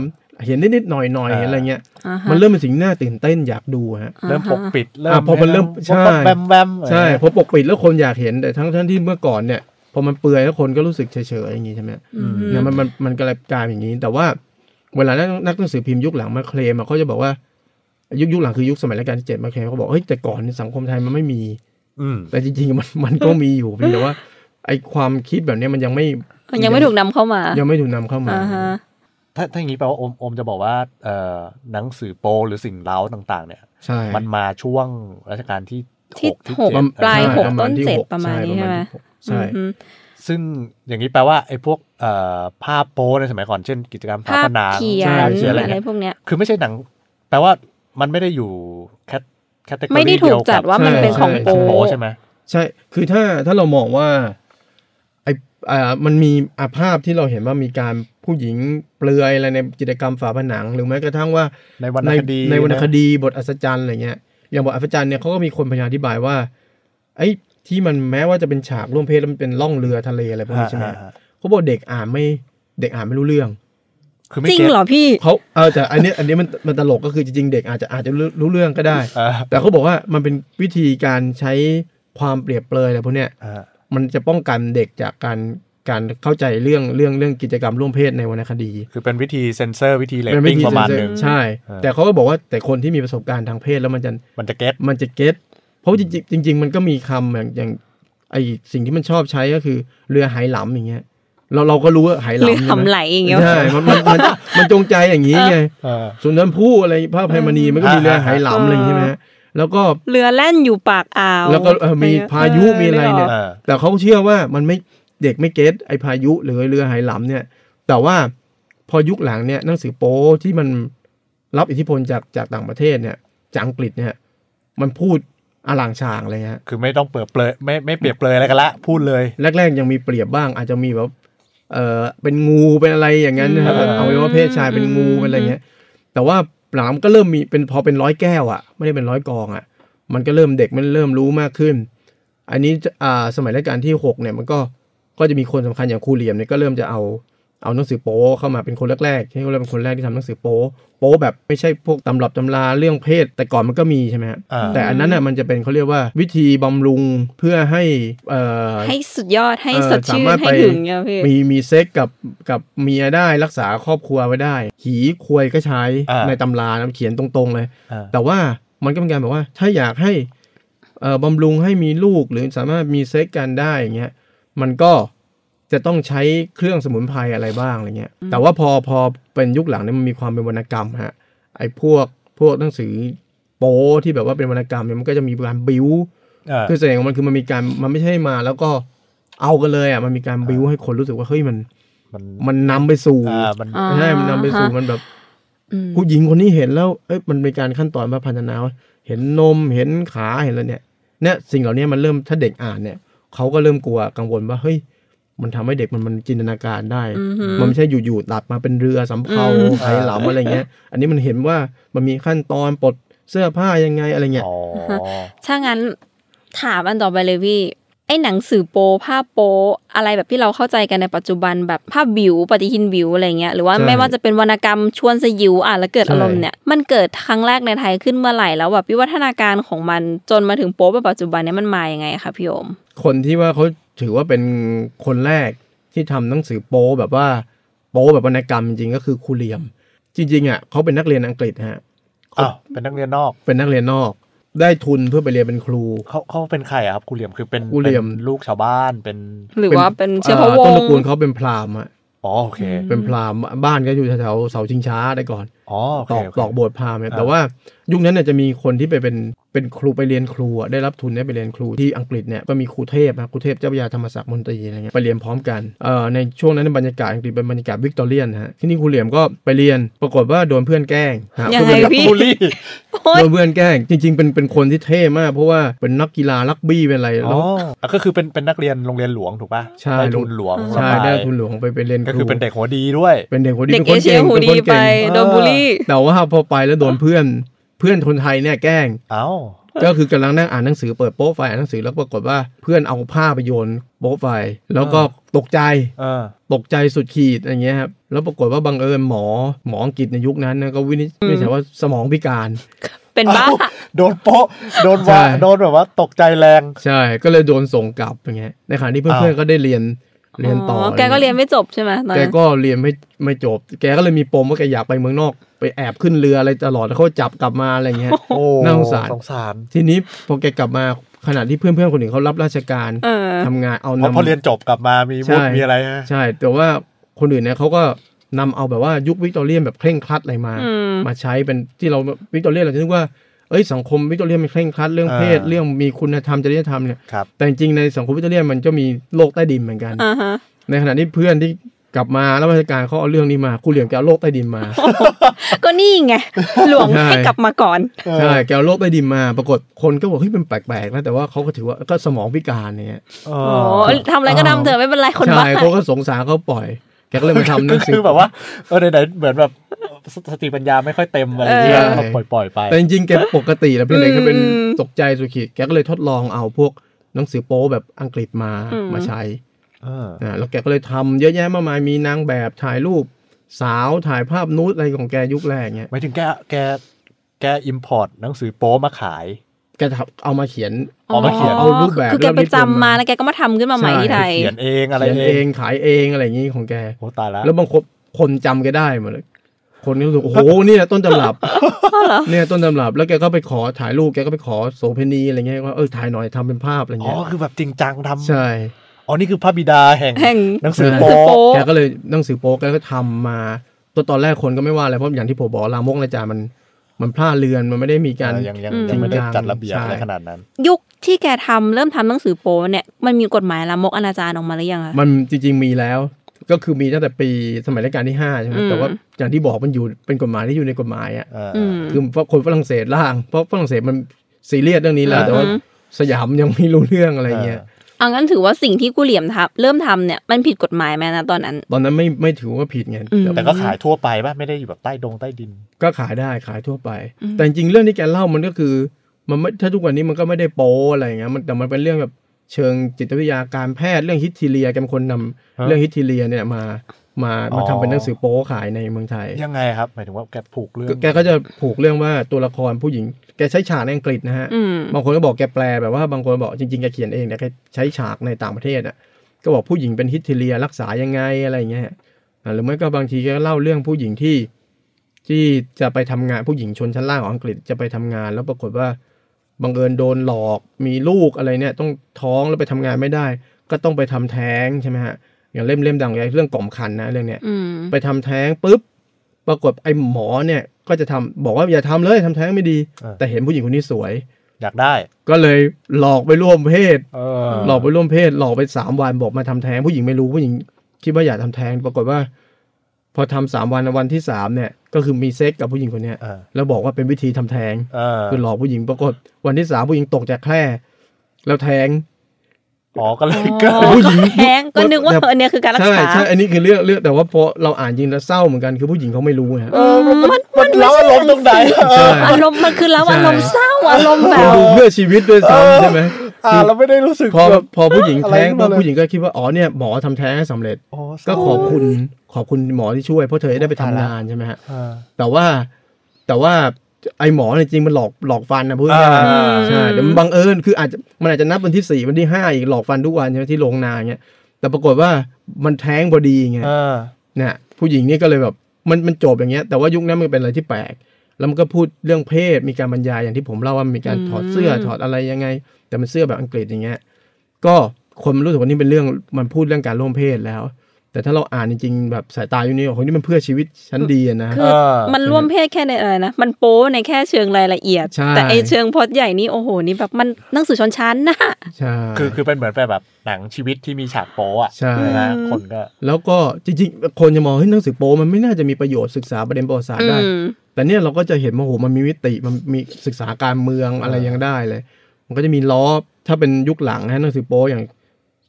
D: เห็นนิดๆหน่อยๆเห็นอะไรเงี้ย มันเริ่มเป็นสิ่งที่น่าตื่นเต้นอยากดูฮะ
A: เริ่มปกปิดเริ่ม
D: อ่ะพอมันเริ่มใช่
A: แวมแวมๆอะไรอย่าง
D: ใช่
A: เงี้ย
D: เพราะปกปิดแล้วคนอยากเห็นแต่ทั้งท่านที่เมื่อก่อนเนี่ยพอมันเปลือยแล้วคนก็รู้สึกเฉยๆอย่างนี้ใช่ไหมเนี่ยมันมันมันก็เลยกลายเป็นอย่างนี้ แต่ว่าเวลานักนักหนังสือพิมพ์ยุคหลังมาเคลมอะเขาจะบอกว่ายุคยุคหลังคือยุคสมัยรัชกาลที่เจ็ดมาเคลมเขาบอกเฮ้ยแต่ก่อนเนี่ยสังคมไทยมันไม่มี
A: อืม
D: แต่จริงๆมันมันก็มีอยู่เพียงแต่ว่าไอความคิดแบบเนี้ยมันยังไม่
C: มันยังไม่ถูกนำเข้ามาย
D: ยังไม่ถูกนำเข้ามา
C: อ่าฮะ
A: ถ้าถ้าอย่างนี้แปลว่าโอมโอมจะบอกว่าเอ่อหนังสือโปหรือสิ่งเล้าต่างๆ เนี่ย
D: ใช่
A: มันมาช่วงรัชกาลที่
C: ที่
A: หกที่
C: หก
A: เจ็ด
C: ปลาย
D: ใช่
C: หก
D: ประมณ
C: ต้น
D: ที่
C: เจ็ด
D: หก
C: ประมาณนี้ใช่ไหม
D: ประาณที่กใช่
C: อืม
A: ซึ่งอย่างนี้แปลว่าไอ้พวกเอ่อภาพโปในสมัยก่อนเช่นกิจกรรม
C: ภาพ
A: หนัง
C: เขีย
A: ภาพ
C: น
A: เขียนอะไร
C: อะไร
A: เงี้ย
C: พวกเนี้ย
A: คือไม่ใช่หนัง แปลว่ามันไม่ได้อยู่แคตแคตตาล็อ
C: ไม่ได้ถูกจัดว่ามัน
D: ใช่
C: เป็นของ
D: ใช่
C: โป
A: โปใช่ไหม
D: ใช่ คือถ้าถ้าเรามองว่าไออ่ามันมีอาภาพที่เราเห็นว่ามีการผู้หญิงเปลือยอะไรในกิจกรรมฝาผนัง หรือแม้กระทั่งว่า
A: ในวรรณ
D: ใน
A: คดี
D: ในวรรณ
A: ะ
D: คดีบทอัศจรรย์อะไรเงี้ย อย่างบทอัศจรรย์เนี่ยเขาก็มีคนพยายามอธิบายว่า ไอ้ที่มันแม้ว่าจะเป็นฉากร่วมเพศแล้วมันเป็นล่องเรือทะเลอะไรพวกนี้ใช่ไหม
A: อ่าอ่า
D: เขาบอกเด็กอ่านไม่เด็กอ่านไม่รู้เรื่อง
A: คือไม่
C: จริง
A: เก็ต
C: เหรอพี่
D: เขาเออแต่อันเนี้ยอันเนี้ยมันมันตลกก็คือจริงๆเด็กอาจจะอาจจะรู้รู้เรื่องก็ได้
A: อ่า
D: แต่เขาบอกว่ามันเป็นวิธีการใช้ความเปรียบเปรยอะไรพวกเนี้ย
A: อ่า
D: มันจะป้องกันเด็กจากการการเข้าใจเรื่องเรื่องเรื่องกิจกรรมร่วมเพศในวรรณคดี
A: คือเป็นวิธีเซนเซอร์วิธีเลต
D: เป็นวิ
A: ติ้ง
D: ธี
A: ประมาณ
D: เซ็น
A: ห
D: เซ
A: นึ่
D: อง ร์ใช่
A: เออ
D: แต่เขาก็บอกว่าแต่คนที่มีประสบการณ์ทางเพศแล้วมันจะ
A: มันจะเก็ต
D: มันจะเก็ตเพราะว่าจริงๆจริง ๆ มันก็มีคำอย่างอย่างไอสิ่งที่มันชอบใช้ก็คือเรือไหหลำอย่างเงี้ยเราเราก็รู้ว่าไหห
C: หรือ
D: ลำ
C: หำไหลอย่างเงี้ย
D: ใช่มันมันมันมันจงใจอย่างนี้ไง
A: เออ
D: สุนทรภู่อะไรพระอภัยมณีมันก็มีเรือหายหลำอะไรอย่างนี้ใช่ไหมฮะแล้วก็
C: เรือแล่นอยู่ปากอ่าว
D: แล้วก็เอ่อมีพายุมีอะไรเนี่ย
A: เออ
D: แต่เขาเชื่อว่ามันไม่เด็กไม่เก็ตไอพายุหรือเรือหายหลำเนี่ย แต่ว่าพอยุคหลังเนี่ยหนังสือโป๊ที่มันรับอิทธิพลจากจากต่างประเทศเนี่ยจากอังกฤษเนี่ย มันพูดอลางชางเลยฮะ
A: คือไม่ต้องเปรียบเปรยไม่ไม่เปรียบเปรยอะไรกันละ พูดเลย
D: แรกๆยังมีเปรียบบ้าง อาจจะมีแบบเออเป็นงูเป็นอะไรอย่างนั้นนะครับ
A: อืม
D: เอาไว้ว่าเพศชายเป็นงูเป็นอะไรเงี้ย แต่ว่าหลามนก็เริ่มมีเป็นพอเป็นร้อยแก้วอะไม่ได้เป็นร้อยกองอะมันก็เริ่มเด็กมันเริ่มรู้มากขึ้น อันนี้จะอ่าสมัยรัชกาลที่หกเนี่ยมันก็ก็จะมีคนสำคัญอย่างครูเหลี่ยมเนี่ยก็เริ่มจะเอาเอาหนังสือโป๊เข้ามาเป็นคนแรกๆที่เขาเรียกเป็นคนแรกที่ทำหนังสือโป๊โป๊แบบไม่ใช่พวกตำรับตำราเรื่องเพศ แต่ก่อนมันก็มีใช่ไหมฮะ
A: อ่า
D: แต่อันนั้นน่ะมันจะเป็นเขาเรียกว่าวิธีบำรุงเพื่อให้เอ่อ
C: ให้สุดยอดให้
D: เออ
C: สดชื่
D: สา
C: น
D: มารถ
C: ให้
D: ไป
C: ถึงเงี้ยพี่
D: มีมีเซ็กกับกับเมียได้รักษาครอบครัวไว้ได้ หีควยก็ใช้
A: อ่า
D: ในตำรานะเขียนตรงๆเลย
A: อ่า
D: แต่ว่ามันก็เป็นการแบบว่า ถ้าอยากให้เอ่อบำรุงให้มีลูกหรือสามารถมีเซ็กกันได้อย่างเงี้ยมันก็จะต้องใช้เครื่องสมุนไพรอะไรบ้างอะไรเงี้ยแต่ว่าพอพอเป็นยุคหลังเนี่ยมันมีความเป็นวรรณกรรมฮะไอ้พวกพวกหนังสือโป๊ที่แบบว่าเป็นวรรณกรรมเนี่ยมันก็จะมีการบิว
A: เออ
D: คือเสน่ห์ของมันคือมันมีการมันไม่ใช่มาแล้วก็เอากันเลยอ่ะมันมีการบิวให้คนรู้สึกว่าเฮ้ยมัน
A: มัน
D: มันนำไปสู่
A: อ่ามัน
C: อ๋อ
D: ใช่มันนำไปสู่มันแบบ
C: อืม
D: ผู้หญิงคนนี้เห็นแล้วเอ้ยมันเป็นการขั้นตอนมาพัฒนาว่าเห็นนมเห็นขาเห็นอะไรเนี่ยเนี่ยสิ่งเหล่านี้มันเริ่มถ้าเด็กอ่านเนี่ยเขาก็เริ่มกลัวกังวลว่าเฮ้ยมันทำให้เด็กมันมันจินตนาการได้
C: อือหือ
D: มันไม่ใช่อยู่ๆตัดมาเป็นเรือสำเภา
C: อืม
D: ไหหลำอะไรเงี้ย อันนี้มันเห็นว่ามันมีขั้นตอนปลดเสื้อผ้ายังไงอะไรเงี้ย
A: อ๋อ
C: ถ้างั้นถามอันต่อไปเลยพี่ ไอ้หนังสือโป๊ภาพโป๊อะไรแบบที่เราเข้าใจกันในปัจจุบันแบบภาพบิว ปฏิทินบิวอะไรเงี้ยหรือว่า
D: ใช่
C: ไม่ว่าจะเป็นวรรณกรรมชวนสยิวอ่านแล้วเกิด
D: ใช่
C: อารมณ์เนี่ยมันเกิดครั้งแรกในไทยขึ้นเมื่อไหร่แล้วแบบวิวัฒนาการของมันจนมาถึงโป๊แบบปัจจุบันเนี่ยมันมายังไงคะพี่โอม
D: คนที่ว่าเขาถือว่าเป็นคนแรกที่ทำหนังสือโป๊แบบว่าโป๊แบบวรรณกรรมจริงๆก็คือครูเหลียม จริงๆอ่ะเขาเป็นนักเรียนอังกฤษฮะ
A: อ้าวเป็นนักเรียนนอก
D: เป็นนักเรียนนอก ได้ทุนเพื่อไปเรียนเป็นครู
A: เขาเขาเป็นใครอะครับครูเหลี่ยมคือเป็น
D: ครูเหลี่ยม
A: ป็นลูกชาวบ้านเป็น
C: หรือว่าเป็นเชื้อพระว
D: ต้น
C: งศ์
D: ตระกูลเขาเป็นพราหมณ์อะ
A: อ๋อโอเค
D: เป็นพราหมณ์บ้านก็อยู่แถวๆเสาชิงช้าได้ก่อน
A: อ๋อ
D: ต
A: โอเค
D: อก
A: โอเค
D: ตอกโบสถ์พราหมณ์เนี่ย
A: อ่า
D: แต่ว่ายุคนั้นเนี่ยจะมีคนที่ไปเป็นเป็นครูไปเรียนครูอะได้รับทุนได้ไปเรียนครูที่อังกฤษเนี่ยก็มีครูเทพนะครูเทพเจ้าพระยาธรรมศักดิ์มนตรีอะไรเงี้ยไปเรียนพร้อมกันเอ่อในช่วงนั้นเนยบรรยากาศอังกฤษเป็นบรรยากาศวิกตอเรียนนะฮะที่นี่ครูเหลี่ยมก็ไปเรียนปรากฏว่าโดนเพื่อนแกล้งฮะ
C: ยังไงพี่
A: บูลลี่
C: โอ๊ย
D: โดนเพื่อนแกล้งจริง ๆ เป็นเป็นคนที่เท่มาก เพราะว่าเป็นนักกีฬารักบี้เป็นอะไร
A: อ๋
D: แล้ว
A: ออ่ะก็คือเป็นเป็นนักเรียนโรงเรียนหลวงถูกป่ะ
D: ใช่
A: ได้ทุนหลวง
D: ใช่
A: แล้วป
D: ได้ทุนหลวงไปไปเรียน
A: ก็
D: ครู
A: คือเป็นเด็กหัวดีด้วย
D: เป็นเด็กคนดี
C: เด็ก
D: เป็นคน
C: เอเชีย
D: เก่ง
C: หู
D: เป็น
C: ดี
D: คน
C: ไป
D: เก่ง
C: โดนบูลลี่
D: แต่ว่าพอไปแล้วโดนเพื่อนเพื่อนคนไทยเนี่ยแกล้ง
A: เอ้า
D: ก็คือกำลังนั่งอ่านหนังสือเปิดโป๊ไฟล์อ่านหนังสือแล้วปรากฏว่าเพื่อนเอาผ้าไปโยนโป๊ไฟล์แล้วก็ตกใจ
A: เออ
D: ตกใจสุดขีดอย่างเงี้ยครับแล้วปรากฏว่าบังเอิญหมอหมออังกฤษในยุคนั้นนะก็วินิจวินิจฉัยว่าสมองพิการ
C: เป็นบ้า
A: เอ้โดนโปะโดนว่า
D: ใช่
A: โดนแบบว่าตกใจแรง
D: ใช่ก็เลยโดนส่งกลับอย่างเงี้ยในขณะที่เพื่อน
A: อ้าว
D: ๆก็ได้เรียนเรียนต่อ
C: อ๋อ
D: อะ
C: แกก็เรียน
D: ไ
C: ไม่จบใช่ไหมตอน
D: แก
C: นั้น
D: ก็เรียนไม่ไม่จบ แกก็เลยมีปมว่าแกอยากไปเมืองนอก ไปแอบขึ้นเรืออะไรตลอดแล้วเขาจับกลับมาอะไรเงี้ย
A: โอ้
D: น่าสงสาร
A: สงสาร
D: ทีนี้พอแกกลับมาขณะที่เพื่อนๆคนอื่นเขารับราชการ
C: เออ
D: ทำงานเอา
A: เพราะ
D: นำ
A: พอเรียนจบกลับมามีวุฒิ
D: ใช่
A: มีอะไรฮะ
D: ใช่ แต่ว่าคนอื่นเนี่ยเขาก็นำเอาแบบว่ายุควิกตอเรียนแบบเคร่งครัดอะไรมา
C: อืม
D: มาใช้เป็นที่เราวิกตอเรียนเราจะนึกว่าเอ้ยสังคมวิกตอเรียนมันเคร่งครัดเรื่องเพศเรื่องมีคุณธรรมจริยธรรมเนี่ย
A: ครับ
D: แต่จริงๆในสังคมวิกตอเรียนมันก็มีโลกใต้ดินเหมือนกัน
C: อ่าฮะ
D: ในขณะที่เพื่อนที่ กลับมาแล้วราชการเขาเอาเรื่องนี้มาครูเหลี่ยมแกเอาโลกใต้ดินมา
C: ก็นี่ไง หลวง
D: ใช่
C: ให้กลับมาก่อน
D: ใช่แกเอาโลกใต้ดินมา ปรากฏคนก็บอกเฮ้ยมันแปลกๆนะแต่ว่าเขาก็ถือว่าก็สมองพิการเนี่ย
A: เอ
C: โอ้
A: อ
C: ทำอะไรก็ทำเถอะไม่เป็นไรคน
D: ใช่
C: บ้า
D: เขาก็สงสารเขาปล่อย แกก็เลยมาทำห
A: ก็
D: นั่นสิ
A: คือแบบว่าเออไหนๆเหมือนแบบสสติปัญญาไม่ค่อยเต็มอะไรอย่างเงี้ย
D: เออ
A: เราปล่อยปล่อยๆไป
D: แต่จริงๆแกปกติแล้วเป็นเด็กก็เป็น
C: อืม
D: ตกใจสุดขีดแกก็เลยทดลองเอาพวกหนังสือโป๊แบบอังกฤษมา
C: อืม
D: มาใช้
A: เออ
D: อ่าแล้วแกก็เลยทำเยอะแยะมากมายมีนางแบบถ่ายรูปสาวถ่ายภาพนูดอะไรของแกยุคแรกเนี่ย
A: หมายถึงแกแกแกอิมพอร์ตหนังสือโป๊มาขาย
D: แกทำเอามาเขียน
A: เอามาเขียน
D: เอารูปแบบ
C: คือแก
D: เริ่ม
C: ไป
D: นิยม
C: จำมา
D: มา
C: แล้วแกก็มาทำขึ้นมาใหม่ที่ไทย
A: เขียนเองอะไร
D: เขียน
A: เอ
D: เอง งขายเองอะไรอย่างงี้ของแก
A: โอ้ตายแล้ว
D: แล้วบางคนคนจำแกได้หมดเลย คนก็รู้สึกโอ้โหเนี่ยต้นตำรับเนี่ยต้นตำรับแล้วแกก็ไปขอถ่ายรูปแกก็ไปขอโสเภณีอะไรเงี้ยว่าเออถ่ายหน่อยทำเป็นภาพอะไร
A: อ๋อ
D: เงี้ย
A: คือแบบจริงจังทำ
D: ใช่
A: อ๋อ นี่คือพระบิดาแห่ง
C: แห่ง
A: หนังสือ
D: หนังสือ
A: โป๊
C: โป๊
D: แกก็เลยหนังสือโป๊แกก็ทำมาตอนตอนแรกคนก็ไม่ว่าอะไรเพราะอย่างที่ผมบอกลามกในจามัน มันพลาดเรือนมันไม่ได้มีการ
A: เออยังยัง
C: อืม
A: ยังไม่
D: จ
A: ได้
D: ริงจัง
A: จัดระเบียบ
D: ใช่
A: อะไรขนาดนั้น
C: ยุคที่แกทำเริ่มทำหนังสือโป๊เนี่ยมันมีกฎหมายละมกอนาจารออกมาหรือยังคะ
D: มันจริง ๆมีแล้ว ก็คือมีตั้งแต่ปีสมัยรัชกาลที่ห้าใช่ไหม
C: อืม
D: แต่ว่าอย่างที่บอกมันอยู่เป็นกฎหมายที่อยู่ในกฎหมายอ่ะ
A: เออ
C: อืม
D: คือเพราะคนฝรั่งเศสล่าง เพราะฝรั่งเศสมันซีเรียสเรื่องนี้แหละ
A: อ่า
D: แต่ว่า
C: อืม
D: สยามยังไม่รู้เรื่องอะไรเงี้ย
C: เอางั้นถือว่าสิ่งที่กูเหลี่ยมทำเริ่มทำเนี่ยมันผิดกฎหมายไหมนะตอนนั้น
D: ตอนนั้นไม่ไม่ถือว่าผิดไง
C: อืม
D: แต่
A: แต่ก็ขายทั่วไปป่ะ ไม่ได้อยู่แบบใต้ดงใต้ดิน
D: ก็ขายได้ขายทั่วไป แต่จริงๆเรื่องที่แกเล่ามันก็คือ มันไม่ถ้าทุกวันนี้มันก็ไม่ได้โป๊อะไรเงี้ยมันแต่มันเป็นเรื่องแบบเชิงจิตวิทยาการแพทย์เรื่องฮิตทีเรียแกเป็นคนนำ
A: ฮะ
D: เรื่องฮิตทีเรียเนี่ยมามา
A: อ๋อ
D: มาทำเป็นหนังสือโป๊ขายในเมืองไทย
A: ยังไงครับ หมายถึงว่าแกผูกเรื่อง
D: แกก็จะผูกเรื่องว่าตัวละครผู้หญิงแกใช้ฉากในอังกฤษนะฮะ
C: อืม
D: บางคนก็บอกแกแปลแบบว่าบางคนบอกจริงๆแกเขียนเองแต่แกใช้ฉากในต่างประเทศอ่ะก็บอกผู้หญิงเป็นฮิตเทเลียรักษายังไงอะไรอย่างเงี้ยอ่ะหรือไม่ก็บางทีแกก็เล่าเรื่องผู้หญิงที่ ที่จะไปทำงานผู้หญิงชนชั้นล่างของอังกฤษจะไปทำงาน แล้วปรากฏว่าบังเอิญโดนหลอกมีลูกอะไรเนี่ย ต้องท้องแล้วไปทำงานไม่ได้ ก็ต้องไปทำแท้งใช่ไหมฮะอย่างเล่มเล่มดังของแกเรื่องกล่อมคันนะเรื่องเนี้ย
C: อืม
D: ไปทำแท้งปุ๊บปรากฏไอ้หมอเนี่ยก็จะทำบอกว่าอย่าทำเลยทำแท้งไม่ดี แต่เห็นผู้หญิงคนนี้สวย
A: อยากได้
D: ก็เลยหลอกไปร่วมเพศ
A: เออ
D: หลอกไปร่วมเพศ หลอกไปสามวันบอกมาทำแท้งผู้หญิงไม่รู้ผู้หญิงคิดว่าอยากทำแท้งปรากฏว่า พอทำสามวันวันที่สามเนี่ย ก็คือมีเซ็กกับผู้หญิงคนเนี้ย
A: เออ
D: แล้วบอกว่าเป็นวิธีทำแท้ง
A: เออ
D: คือหลอกผู้หญิงปรากฏวันที่สามผู้หญิงตกจากแคร่แล้วแท้ง
A: อ๋อ ก็เลย
C: อ๋อ
A: ก็
D: ผู้หญิง
C: ก็แท้งก็นึกว่า
D: แบบ
C: เออเนี่ยคือการรัก
D: ใช่
C: ษา
D: ใช่อันนี้คือเรื่องเรื่องแต่ว่าพอเราอ่านจริงแล้วเศร้าเหมือนกันคือผู้หญิงเขาไม่รู้นะฮะ
A: เออมันมันมันแล้วอารมณ์ตรงไหนเอ
D: ใช่
A: อ
C: อารมณ์มันคือแล้ว
D: ใช่
C: อารมณ์เศร้าอารมณ์แบบ
D: ดูเพื่อชีวิตด้วยซ้ำใช่ไหม
A: อ่านแล้วไม่ได้รู้สึก
D: พอ
A: แบบ
D: พอผู้หญิง
A: อะไร
D: แท้ง
A: ขึ้น
D: ปุ๊
A: มา
D: บ
A: เลย
D: ผู้หญิงก็คิดว่าอ๋อเนี่ยหมอทำแท้งให้สำเร็จ
A: โอ้เศ
D: ก็
A: ร้า
D: ขอบคุณขอบคุณหมอที่ช่วยเพราะเธอได้ไปทำงานใช่ไหมฮะ
A: เออ
D: แต่ว่าแต่ว่าไอหมอเนี่ยจริงมันหลอกหลอกฟันนะพูดง่าย
A: อ่า
D: ๆใช่แต่มันบังเอิญคืออาจจะมันอาจจะนับวันที่สี่วันที่ห้าอีกหลอกฟันทุกวันใช่ไหมที่โรงนาเงี้ยแต่ปรากฏว่ามันแท้งพอดีไง
A: เออ
D: เนี่ยผู้หญิงนี่ก็เลยแบบมันมันจบอย่างเงี้ยแต่ว่ายุคนั้นมันเป็นอะไรที่แปลก แล้วมันก็พูดเรื่องเพศมีการบรรยายอย่างที่ผมเล่าว่ามีการถอดเสื้อถอดอะไรยังไง แต่มันเสื้อแบบอังกฤษอย่างเงี้ยก็คนมันรู้สึกว่านี่เป็นเรื่องมันพูดเรื่องการร่วมเพศแล้ว แต่ถ้าเราอ่านจริงๆแบบสายตาอยู่นี่โอ้โหนี่มันเพื่อชีวิตชั้นดีอะนะ
C: คือ
A: เออ
C: มันร่วมเพศแค่ในอะไรนะ มันโป๊ในแค่เชิงรายละเอียด
D: ใช่
C: แต่ไอเชิงพล็อดใหญ่นี่โอ้โหนี่แบบมันหนังสือชนชั้นนะ
D: ใช่
A: คือคือเป็นเหมือนแบบหนังชีวิตที่มีฉากโป๊อะ
D: ใช่
A: นะฮะ
C: อืม
A: คนก็
D: แล้วก็จริงๆ คนจะมองเฮ้ยหนังสือโป๊มันไม่น่าจะมีประโยชน์ศึกษาประเด็นประวัติศาสตร์
C: อื
D: ได้
C: ม
D: แต่เนี่ยเราก็จะเห็นว่าโหมันมีมิติมันมีศึกษาการเมืองอะไรยังได้เลย มันก็จะมีล้อถ้าเป็นยุคหลังนะหนังสือโป๊อย่าง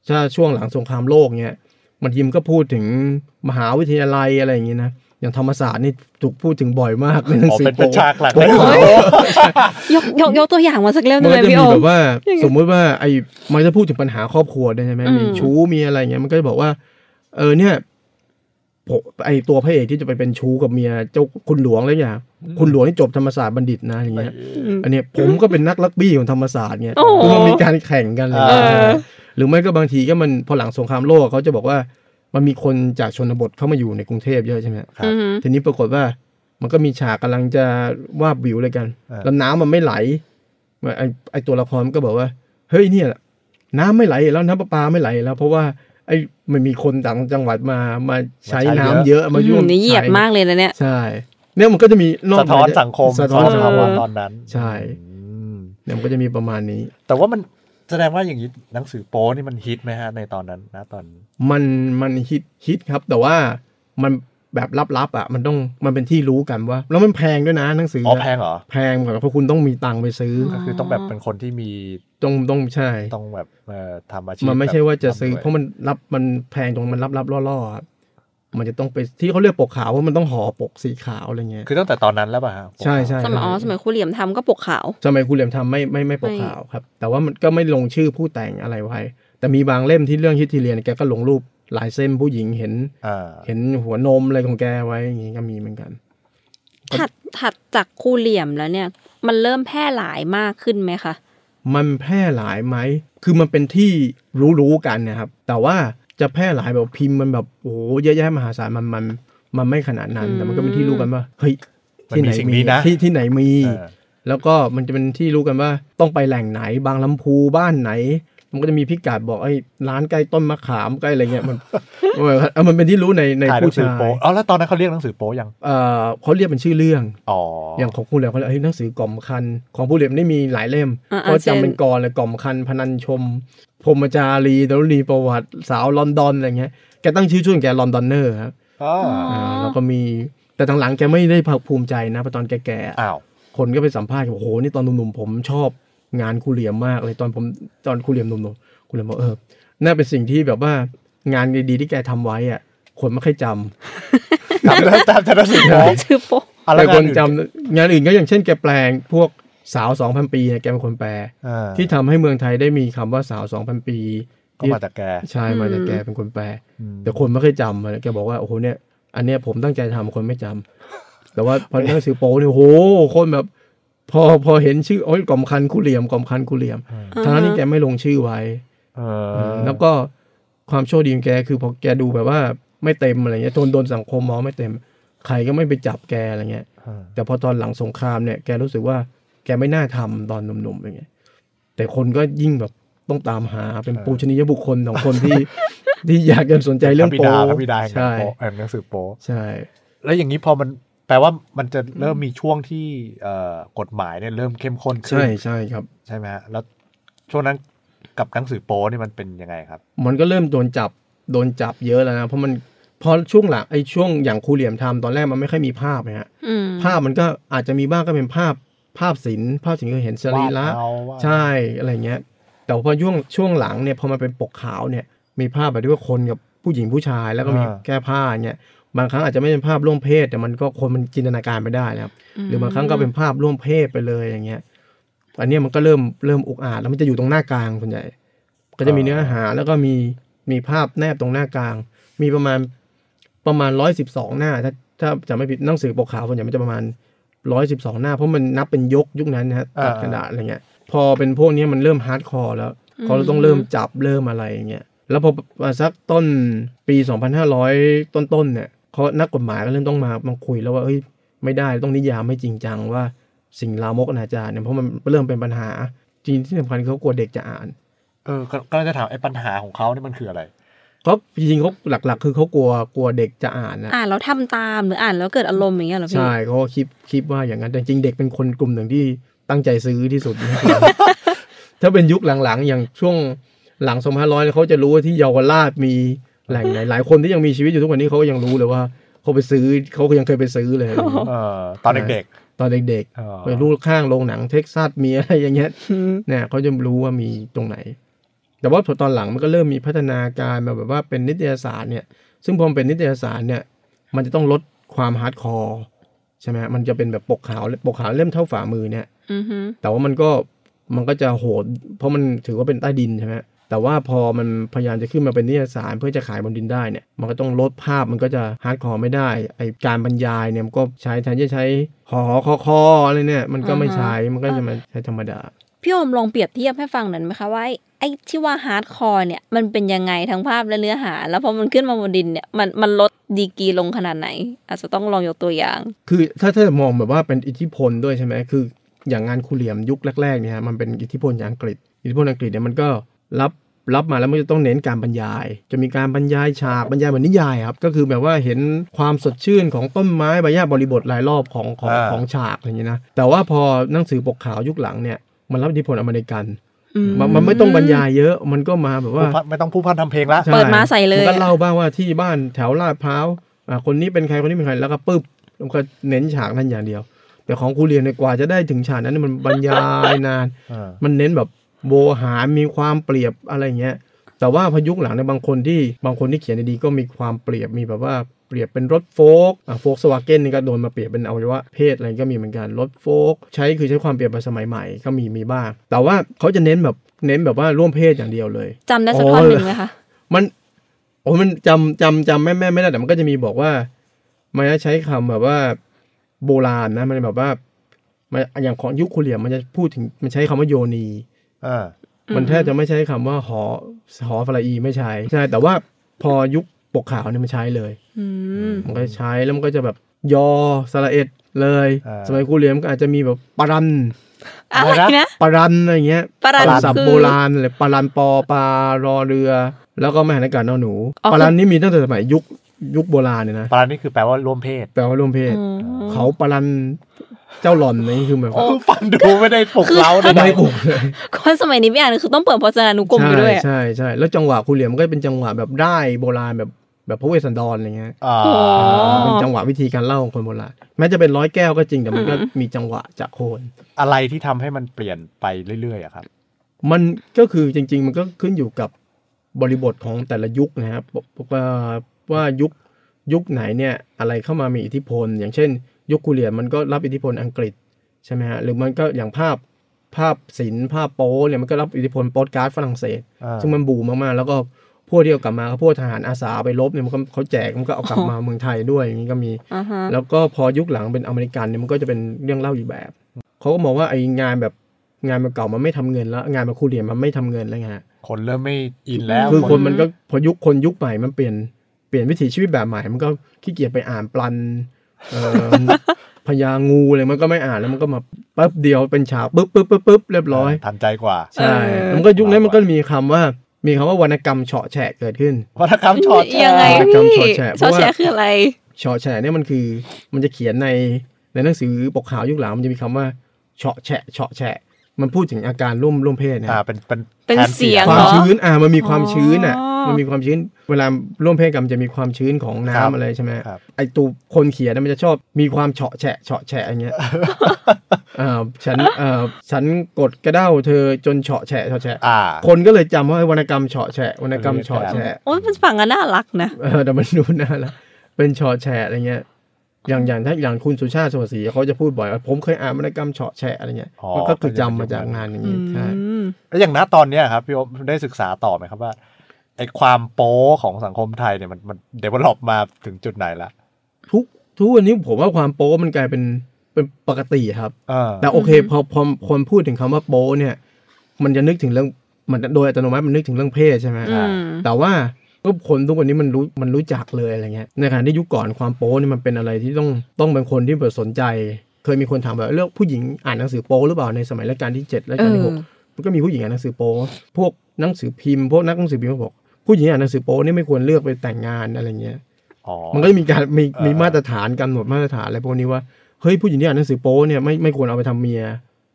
D: ถ้าช่วงหลังสงครามโลกเนี่ยมันยิมนก็พูดถึงมหาวิทยาลัยอะไรอย่างงี้นะอย่างธรรมศาสตร์นี่ถูกพูดถึงบ่อยมากในหนังสือ
A: อ๋อเป็นเป็
D: โป๊
A: นฉากหลัง
D: โป๊
A: ในหนังสือ
D: โป๊
C: ยกยกยกตัวอย่างมาสักเล่มห
D: มัน
C: นึง
D: ก็
C: เลย
D: จะ
C: พี่
D: มี
C: โอ
D: แบ
C: ม
D: บว่าสมมุติว่าไอ้มันจะพูดถึงปัญหาครอบครัวด้วยใช่ไหม
C: อืม
D: มีชู้มีอะไรเงี้ยมันก็จะบอกว่า เออเนี่ยผมไอตัวพระเอกที่จะไปเป็นชู้กับเมียเจ้าคุณหลวงแล้วอย่างคุณหลวงนี่จบธรรมศาสตร์บัณฑิตนะอย่างเงี้ย
C: อืม
D: อันเนี้ยผมก็เป็นนักลักบี้ของธรรมศาสตร์เนี่ย
C: โอ้โห
D: คือมันมีการแข่งกันอะไรอย่างเลย
C: เออ
D: หรือไม่ก็บางทีก็มันพอหลังสงครามโลกเขาจะบอกว่า มันมีคนจากชนบทเข้ามาอยู่ในกรุงเทพเยอะใช่ไหม
A: ครับ
C: อืม
D: ทีนี้ปรากฏว่า มันก็มีฉากกำลังจะวาบวิวเลยกัน
A: เออ
D: แล้วน้ำมันไม่ไหลไอไอตัวละครมันก็บอกว่า เฮ้ยเนี่ยแหละน้ำไม่ไหลแล้วน้ำประปาไม่ไหลแล้ว เพราะว่า ไอ้มันมีคนต่างจังหวัดมามาใช้น้ำเยอะมายุ่ง
C: อืนี่เหยียด
D: ใช้
C: มากเลยนะเนี่ย
D: ใช่ เนี่ยมันก็จะมีนก
A: สะท้อนสังคม
D: สะท้อนสังค
A: วั
D: ม
A: ตอนนั้น
D: ใช่
A: อืม
D: เนี่ยมันก็จะมีประมาณนี้
A: แต่ว่ามัน แสดงว่าอย่างนี้หนังสือโป๊นี่มันฮิตไหมฮะในตอนนั้นนะตอน
D: มันมันฮิตฮิตครับ แต่ว่ามันแบบลับๆอ่ะมันต้องมันเป็นที่รู้กันว่า แล้วมันแพงด้วยนะหนังสือ
A: อ๋อ
D: อะ
A: แพงเหรอ
D: แพงเหมือนกับเพราะคุณต้องมีตังค์ไปซื้อ
A: ก็คือต้องแบบเป็นคนที่มี
D: ต้องต้องใช่
A: ต้องแบบเอ่อทำอาชีพ
D: มันไม่ใช่
A: แบบ
D: ว่าจะซื้อ
A: ทำด้วย
D: เพราะมันรับมันแพงตรงมันรับรับล่อล่อๆอะมันจะต้องไปที่เขาเลือกปกขาวว่ามันต้องห่อปกสีขาวอะไรเงี้ย
A: คือตั้งแต่ตอนนั้นแล้วป่ะฮะ
D: ใช่ใช่
C: สมัยอ๋อสมัยครูเหลี่ยมทำก็ปกขาว
D: สมัยคุณเหลี่ยมทำไม่ไม่ไม่ปกขาวครับ แต่ว่ามันก็ไม่ลงชื่อผู้แต่งอะไรไว้ แต่มีบางเล่มที่เรื่องฮิตทีเรียนแกก็ลงรูปลายเส้นผู้หญิงเห็น
A: อ่า
D: เห็นหัวนมอะไรของแกไว้อย่างงี้ก็มีเหมือนกัน
C: ถัดถัดจากครูเหลี่ยมแล้วเนี่ย มันเริ่มแพร่หลายมากขึ้นไหมคะ
D: มันแพร่หลายไหม คือมันเป็นที่รู้ๆกันนะครับ แต่ว่าจะแพร่หลายแบบพิมพ์มันแบบโอ้โหเยอะแยะมหาศาลมันมันมันไม่ขนาดนั้น
C: อืม
D: แต่มันก็เป็นที่รู้กันว่าเฮ้ย
A: มัน
D: ที่ไห
A: มี
D: น
A: สิ่ง
D: มี
A: นี้นะ
D: ที่ที่ไหนมี
A: เออ
D: แล้วก็มันจะเป็นที่รู้กันว่าต้องไปแหล่งไหนบางลำพูบ้านไหน มันก็จะมีพิกัดบอกไอ้ยร้านใกล้ต้นมะขามใกล้อะไรเงี้ยมันเออเออมันเป็นที่รู้ในใน
A: ถ่ายหนั
D: ผู้
A: งสือ
D: ชาย
A: โป๊เอาแล้วตอนนั้นเขาเรียกหนังสือโป๊ยัง
D: เออเขาเรียกเป็นชื่อเรื่อง
A: อ๋อ
D: อ
A: อย่าง
D: ของคุณเหลียมเขาเรียกเฮ้ยหนังสือกล่อมคัน ของผู้เหลียมนี่มีหลายเล่ม
C: อ่า
D: ก็
C: อ่าเช่น
D: จำเป็นกรเลยกล่อมคันพนันชมพรหมจารีดารุณีประวัติสาวลอนดอนอะไรเงี้ยแกตั้งชื่อช่วงแกลอนดอนเนอร์ครับ
A: อ๋อ
D: อ่าแล้วก็มีแต่ทางหลังแกไม่ได้ภาคภูมิใจนะเพราะตอนแกๆอ่ะ
A: อ้าว
D: คนก็ไปสัมภาษณ์บอกโอ้โหนี่ตอนหนุ่มๆผมชอบงานครูเหลียมมากเลยตอนผมตอนครูเหลียมหนุ่มๆครูเหลียมบอกเออน่าเป็นสิ่งที่แบบว่างานดีๆที่แกทำไว้อ่ะคนไม่ค่อยจำ
A: จำได้จำจำหนังสือโป๊
C: ชื่อโปะ
A: อะไร
D: แต่
A: กั
D: คน นจำงานอื่นก็อย่างเช่นแกแปลงพวกสาวสองพันปีเนี่ยแกเป็นคนแปล ที่
A: ที่
D: ทำให้เมืองไทยได้มีคำว่าสาวสองพันปี
A: ก็มาจากแก
D: ใช่มาจากแกเป็นคนแปล
A: อืม
D: แต่คนไม่เคยจำอะแกบอกว่าโอ้โหเนี่ยอันเนี้ยผมตั้งใจทำคนไม่จำแต่ว่าพอหนังสือโป๊เนี่ยโอ้โหคนแบบ พอพอเห็นชื่อโอ้ยกล่อมคันคู่เหลี่ยมกล่อมคันคู่เหลี่ยมทั้งนั้นที่แกไม่ลงชื่อไว้
A: เออ
D: แล้วก็ความโชคดีของแกคือพอแกดูแบบว่าไม่เต็มอะไรเงี้ยโดนโดนสังคมมองไม่เต็ม ใครก็ไม่ไปจับแกอะไรเงี้ย
A: เออ
D: แต่พอตอนหลังสงครามเนี่ยแกรู้สึกว่าแกไม่น่าทำตอนหนุ่มๆอย่างเงี้ยแต่คนก็ยิ่งแบบต้องตามหาเป็นปูชนียบุคคลของคน ที่ ที่อยากจะสนใจเรื่อง
A: พะบิ
D: โป๊
A: ดาพระบิดาแห่งหนัง
D: ใช่
A: โป๊เอ่อหนังสือโป๊
D: ใช่
A: แล้วอย่างนี้พอมันแปลว่ามันจะเริ่มมีช่วงที่เอ่อกฎหมายเนี่ยเริ่มเข้มข้นขึ้น
D: ใช่ใช่ครับ
A: ใช่ไหมฮะแล้วช่วงนั้นกับหนังสือโป้นี่มันเป็นยังไงครับ
D: มันก็เริ่มโดนจับโดนจับเยอะแล้วนะเพราะมันพอช่วงหลังไอ้ช่วงอย่างครูเหลี่ยมทำตอนแรกมันไม่ค่อยมีภาพนะฮะ
C: อืม
D: ภาพมันก็อาจจะมีบ้างก็เป็นภาพภาพศิลป์ภาพศิลป์ก็เห็นสรีระ
A: วาดเอาวาด
D: ใช่อะไรเงี้ย แต่พอช่วงช่วงหลังเนี่ยพอมันเป็นปกขาวเนี่ย มีภาพแบบที่ว่าคนกับผู้หญิงผู้ชายแล้วก็มี
A: อ่า
D: แก้ผ้าเนี่ยบางครั้งอาจจะไม่เป็นภาพร่วมเพศ แต่มันก็คนมันจินตนาการไปได้นะครับหรือบางครั้งก็เป็นภาพร่วมเพศไปเลยอย่างเงี้ยอันเนี้ยมันก็เริ่มเริ่มอุกอาจแล้วมันจะอยู่ตรงหน้ากลางส่วนใหญ่ ก็จะมีเนื้อหาแล้วก็มีมีภาพแนบตรงหน้ากลาง มีประมาณประมาณร้อยสิบสองหน้า ถ้าถ้าจะไม่ผิดหนังสือปกขาวส่วนใหญ่มันจะประมาณร้อยสิบสองหน้า เพราะมันนับเป็นยกยุคนั้นนะฮะตัด
A: อ่า
D: กระดาษอะไรเงี้ย พอเป็นพวกเนี้ยมันเริ่มฮาร์ดคอร์แล้วเขาต้องเริ่มจับเริ่มอะไรอย่างเงี้ยแล้วพอมาสักต้นปี 2,500 ต้นๆเนี่ยเขานักกฎหมายก็เริ่มต้องมามาคุยแล้วว่าเอ้ยไม่ได้ต้องนิยามให้จริงจังว่าสิ่งลามกอนาจารเนี่ยเพราะมันเริ่มเป็นปัญหาจริงที่สำคัญคือเขากลัวเด็กจะอ่าน
A: เออก็ก็เลยจะถามไอ้ปัญหาของเขานี่มันคืออะไร
D: เขาจริงๆเขาหลักๆ คือเขากลัวกลัวเด็กจะอ่านนะ
C: อ่านแล้วทำตามหรืออ่านแล้วเกิดอารมณ์อย่างเงี้ยเหรอพี่
D: ใช่เขาก็คิดคิดว่าอย่างนั้นแต่จริงๆเด็กเป็นคนกลุ่มหนึ่งที่ตั้งใจซื้อที่สุด ถ้าเป็นยุคหลังๆ อย่างช่วงหลังสมห้าร้อยเขาจะรู้ว่าที่เยาวราชมีแหล่งไหนหลายคนที่ยังมีชีวิตอยู่ทุกวันนี้เขาก็ยังรู้เลยว่าเขาไปซื้อเขาก็ยังเคยไปซื้อเลย
A: เออตอนเด็ก
D: ตอนเด็ก
A: อ๋อ
D: ๆไปรู้ข้างโรงหนังเท็กซัสมีอะไรอย่างเงี้ย เนี่ยเขาจะรู้ว่ามีตรงไหน แต่ว่าพอตอนหลังมันก็เริ่มมีพัฒนาการมาแบบว่าเป็นนิตยสารเนี่ย ซึ่งพอมันเป็นนิตยสารเนี่ย มันจะต้องลดความฮาร์ดคอร์ใช่ไหมฮะมันจะเป็นแบบปกขาวปกขาวเล่มเท่าฝ่ามือเนี่ย
C: อือฮึ
D: แต่ว่ามันก็มันก็จะโหด เพราะมันถือว่าเป็นใต้ดินใช่ไหมแต่ว่าพอมันพยายามจะขึ้นมาเป็นนิตยสารเพื่อจะขายบนดินได้เนี่ยมันก็ต้องลดภาพมันก็จะฮาร์ดคอร์ไม่ได้ไอการบรรยายเนี่ยมันก็ใช้แทนที่จะใช้หอคอคออะไรเนี่ย มันก็ไม่ใช้มันก็จะมาใช้ธรรมดา
C: พี่โอมลองเปรียบเทียบให้ฟังหน่อยไหมคะว่าไอ้ไอ้ที่ว่าฮาร์ดคอร์เนี่ยมันเป็นยังไงทั้งภาพและเนื้อหา แล้วพอมันขึ้นมาบนดินเนี่ยมันมันลดดีกรีลงขนาดไหน อาจจะต้องลองยกตัวอย่าง
D: คือถ้าถ้ามองแบบว่าเป็นอิทธิพลด้วยใช่ไหมคือ อย่างงานครูเหลี่ยมยุคแรกๆเนี่ยฮะมันเป็นอิทธิพลจากอังกฤษ อิทธิพลอังกฤษเนี่ยมันก็รับรับมาแล้วมันจะต้องเน้นการบรรยาย จะมีการบรรยายฉากบรรยายเหมือนนิยายครับก็คือแบบว่าเห็นความสดชื่นของต้นไม้ใบหญ้าบริบทรายรอบของของ
A: อ่า
D: ของฉากอะไรอย่างเงี้ยนะแต่ว่าพอหนังสือปกขาวยุคหลังเนี่ยมันรับอิทธิพลอเมริกัน
C: อื
D: มันมันไม่ต้องบรรยายเยอะ มันก็มาแบบว่า
A: ผู้พันไม่ต้องผู้พันทำเพลงละ
D: ใช่
C: เปิดมาใส่เลย
D: นก็เล่าบ้างว่าที่บ้านแถวลาดพร้าวอ่ะคนนี้เป็นใครคนนี้เป็นใครแล้วก็ปึ๊บแล้วก็เน้นฉากนั้นอย่างเดียว แต่ของครูเรียนเนี่ยกว่าจะได้ถึงฉากนั้นเนยมันบรรยายนาน
A: เออ
D: มันเน้นแบบโบหารมีความเปรียบอะไรเงี้ย แต่ว่าพอยุคหลังในยบางคนที่บางคนที่เขียนดีๆก็มีความเปรียบมีแบบว่าเปรียบเป็นรถโฟล์กอ่ะโฟล์กสวาเก้นนี่ก็โดนมาเปรียบเป็นอวัยวะเพศอะไรก็มีเหมือนกันรถโฟล์กใช้คือใช้ความเปรียบแบบสมัยใหม่ก็มีมีบ้างแต่ว่าเขาจะเน้นแบบเน้นแบบว่าร่วมเพศอย่างเดียวเลย
C: จำได้สักท่อนหนึ่งไหมคะ
D: มันโอ้ยมันจำจำจำแม่แม่ไม่ได้แต่มันก็จะมีบอกว่า มันจะใช้คำแบบว่าโบราณนะ มันแบบว่ามันอย่างของยุคคุเรียมมันจะพูดถึงมันใช้คำว่าโยนี
A: เออ
D: มันแทบจะไม่ใช้คำว่าหอหอฟลาอีไม่ใช้ใช่แต่ว่าพอยุคปกขาวเนี่ยมันใช้เลย
C: อืม
D: มันก็ใช้แล้วมันก็จะแบบยอสระเอ็ดเลย
A: อ่า
D: สมัยคุเรียมก็อาจจะมีแบบปารัน
C: อะไรนะ
D: ปารันอะไรอย่างเงี้ย
C: ปารัน
D: ศัพ
C: คื
D: ท์
C: อ
D: โบราณเลยปารันปอปลารอเรือ แล้วก็ไม่หันอากาศนอหนู
C: อ๋อคือ
D: ปารันนี่มีตั้งแต่สมัยยุคยุคโบราณเนี่ยนะ
A: ปลานี่คือแปลว่าร่วมเพศ
D: แปลว่าร่วมเพศ
C: อืม
D: เขาปารันเจ้าหล่อนนี่คือแบบ
A: เออฟังดูไม่ได้ปลุกเล้าใด
D: ไม่โกรธเลย
C: คนสมัยนี้ไม่อ่านคือต้องเปิดพจนานุกรมไปด้วยอะ
D: ใช่ใช่ใช่แล้วจังหวะครูเหลี่ยมมันก็เป็นจังหวะแบบได้โบราณแบบแบบพระเวสสันดรอะไรเงี้ย
A: ๆอ่า
C: อ๋อ
D: เป็นจังหวะวิธีการเล่าของคนโบราณแม้จะเป็นร้อยแก้วก็จริงแต่มันก็มีจังหวะจากโคน
A: อะไรที่ทำให้มันเปลี่ยนไปเรื่อยๆอะครับ
D: มันก็คือจริง ๆ มันก็ขึ้นอยู่กับบริบทของแต่ละยุคนะครับว่าว่ายุคยุคไหนเนี่ยอะไรเข้ามามีอิทธิพล อย่างเช่น ยุคคูเรียนมันก็รับอิทธิพลอังกฤษใช่ไหมฮะหรือมันก็อย่างภาพภาพศิลป์ภาพโป๊เนี่ยมันก็รับอิทธิพลโป๊ตการ์ดฝรั่งเศส
A: อ่า
D: ซึ่งมันบูมมากๆแล้วก็พวกที่เอากลับมาก็พวกทหารอาสาไปรบเนี่ยมันก็เขาแจกมันก็เอากลับมาเมืองไทยด้วยอย่างนี้ก็มี
C: อ่าฮะ
D: แล้วก็พอยุคหลังเป็นอเมริกันเนี่ยมันก็จะเป็นเรื่องเล่าอีกแบบ เขาก็มองว่าไอ้งานแบบงานเก่าๆมันไม่ทำเงินแล้ว งานมาคูเรียนมันไม่ทำเงินแล้วไงฮะ
A: คนเริ่มไม่อินแล้ว
D: คือคน
A: น
D: มันก็พอยุคคนยุคใหม่มันเปลี่ยนเปลี่ยนวิถีชีวิตแบบใหม่ มันก็ขี้เกียจไปอ่านปลันเอ่อ พญางูอะไรมันก็ไม่อ่านแล้วมันก็มาปั๊บเดียวเป็นฉากปุ๊บปุ๊บปุ๊บปุ๊บเรียบร้อย
A: ทันใจกว่า
D: ใช่
C: เออ
D: แล้วมันก็ยุคนั้นมันก็มีคำว่ามีคำว่าวรรณกรรมเฉาะแฉะเกิดขึ้น
A: วัฒนธรรมชอตแชร์
C: ยังไง
D: จำ
C: พี่
D: ช็อตแชร์เพ
C: ชอ
D: ราะ
C: ต
D: ว่า
C: แชร์คืออะไร
D: เฉาะแฉะเนี่ยมันคือมันจะเขียนในในหนังสือปกขาวยุคหลังมันจะมีคำว่าเฉาะแฉะเฉาะแฉะมันพูดถึงอาการร่วมร่วมเพศนะ
A: อ่าเป็นเป็น
C: เป็น
A: แทน
C: เสียง
A: ค
D: คาว
A: วาม ม
D: ชื้นอ่ามันมีความชื้นอ่ะ
C: อ๋อ
D: มันมีความชื้น เวลาร่วมเพศกันมันจะมีความชื้นของ
A: ค
D: น้ำ
A: รับ
D: อะไรใช่ไหม
A: ครับ
D: ไอตัวคนเขียนนะมันจะชอบมีความเฉาะแฉะเฉาะแฉะอย่างเงี้ย เอ่าฉันเอ่าฉันกดกระเด้าเธอจนเฉาะแฉะเฉาะแฉะ
A: อ่า
D: คนก็เลยจำว่าไอ้วรรณกรรมเฉาะแฉะวรรณกรรมเฉาะแฉะ
C: โอ้ยมันฟังกันน่ารักนะ
D: เออแต่มันดูน่าละเป็นชอแฉะอะไรเงี้ย อย่างอย่างถ้าอย่างคุณสุชาติสวัสดิ์ศรีเขาจะพูดบ่อยว่าผมเคยอ่านวรรณกรรมเฉาะแฉะอะไรเงี้ย
A: อ๋อ
D: มันก็คือจำมาจากงานอย่าง
C: อื
D: นี้ใช่
C: ม
A: แล้วอย่างณตอนเนี้ยครับพี่อบได้ศึกษาต่อไหมครับว่าไอ้ความโป๊ของสังคมไทยเนี่ยมันมันเดเวลลอปมาถึงจุดไหนละ
D: ทุกทุกวันนี้ผมว่าความโป๊มันกลายเป็นเป็นปกติครับ
A: เออ
D: แต่โอเคพอพอพอคนพูดถึงคำว่าโป๊เนี่ย มันจะนึกถึงเรื่องมันโดยอัตโนมัติมันนึกถึงเรื่องเพศใช่ไหม
C: อืม
D: แต่ว่าก็คนทุกวันนี้มันรู้มันรู้จักเลยอะไรเงี้ยในขณะที่ยุคก่อนความโป๊เนี่ยมันเป็นอะไรที่ต้องต้องเป็นคนที่แบบสนใจ เคยมีคนถามแบบเรื่องผู้หญิงอ่านหนังสือโป๊หรือเปล่าในสมัยรัชกาลที่เจ็ดรั
C: เอก
D: ชาล
C: อ
D: ที่หก มันก็มีผู้หญิงอ่านหนังสือโป๊พวกหนังสือพิมพ์พวกนักหนังสือพิมพ์ก็บอกผู้หญิงอ่านหนังสือโป๊เนี่ยไม่ควรเลือกไปแต่งงานอะไรเงี้ย
A: อ๋อ
D: มันก็จะมีการมี
A: เออ
D: มีมาตรฐานกำหนดมาตรฐานอะไรพวกนี้ว่าเฮ้ยผู้หญิงที่อ่านหนังสือโป๊เนี่ยไม่ไม่ควรเอาไปทำเมีย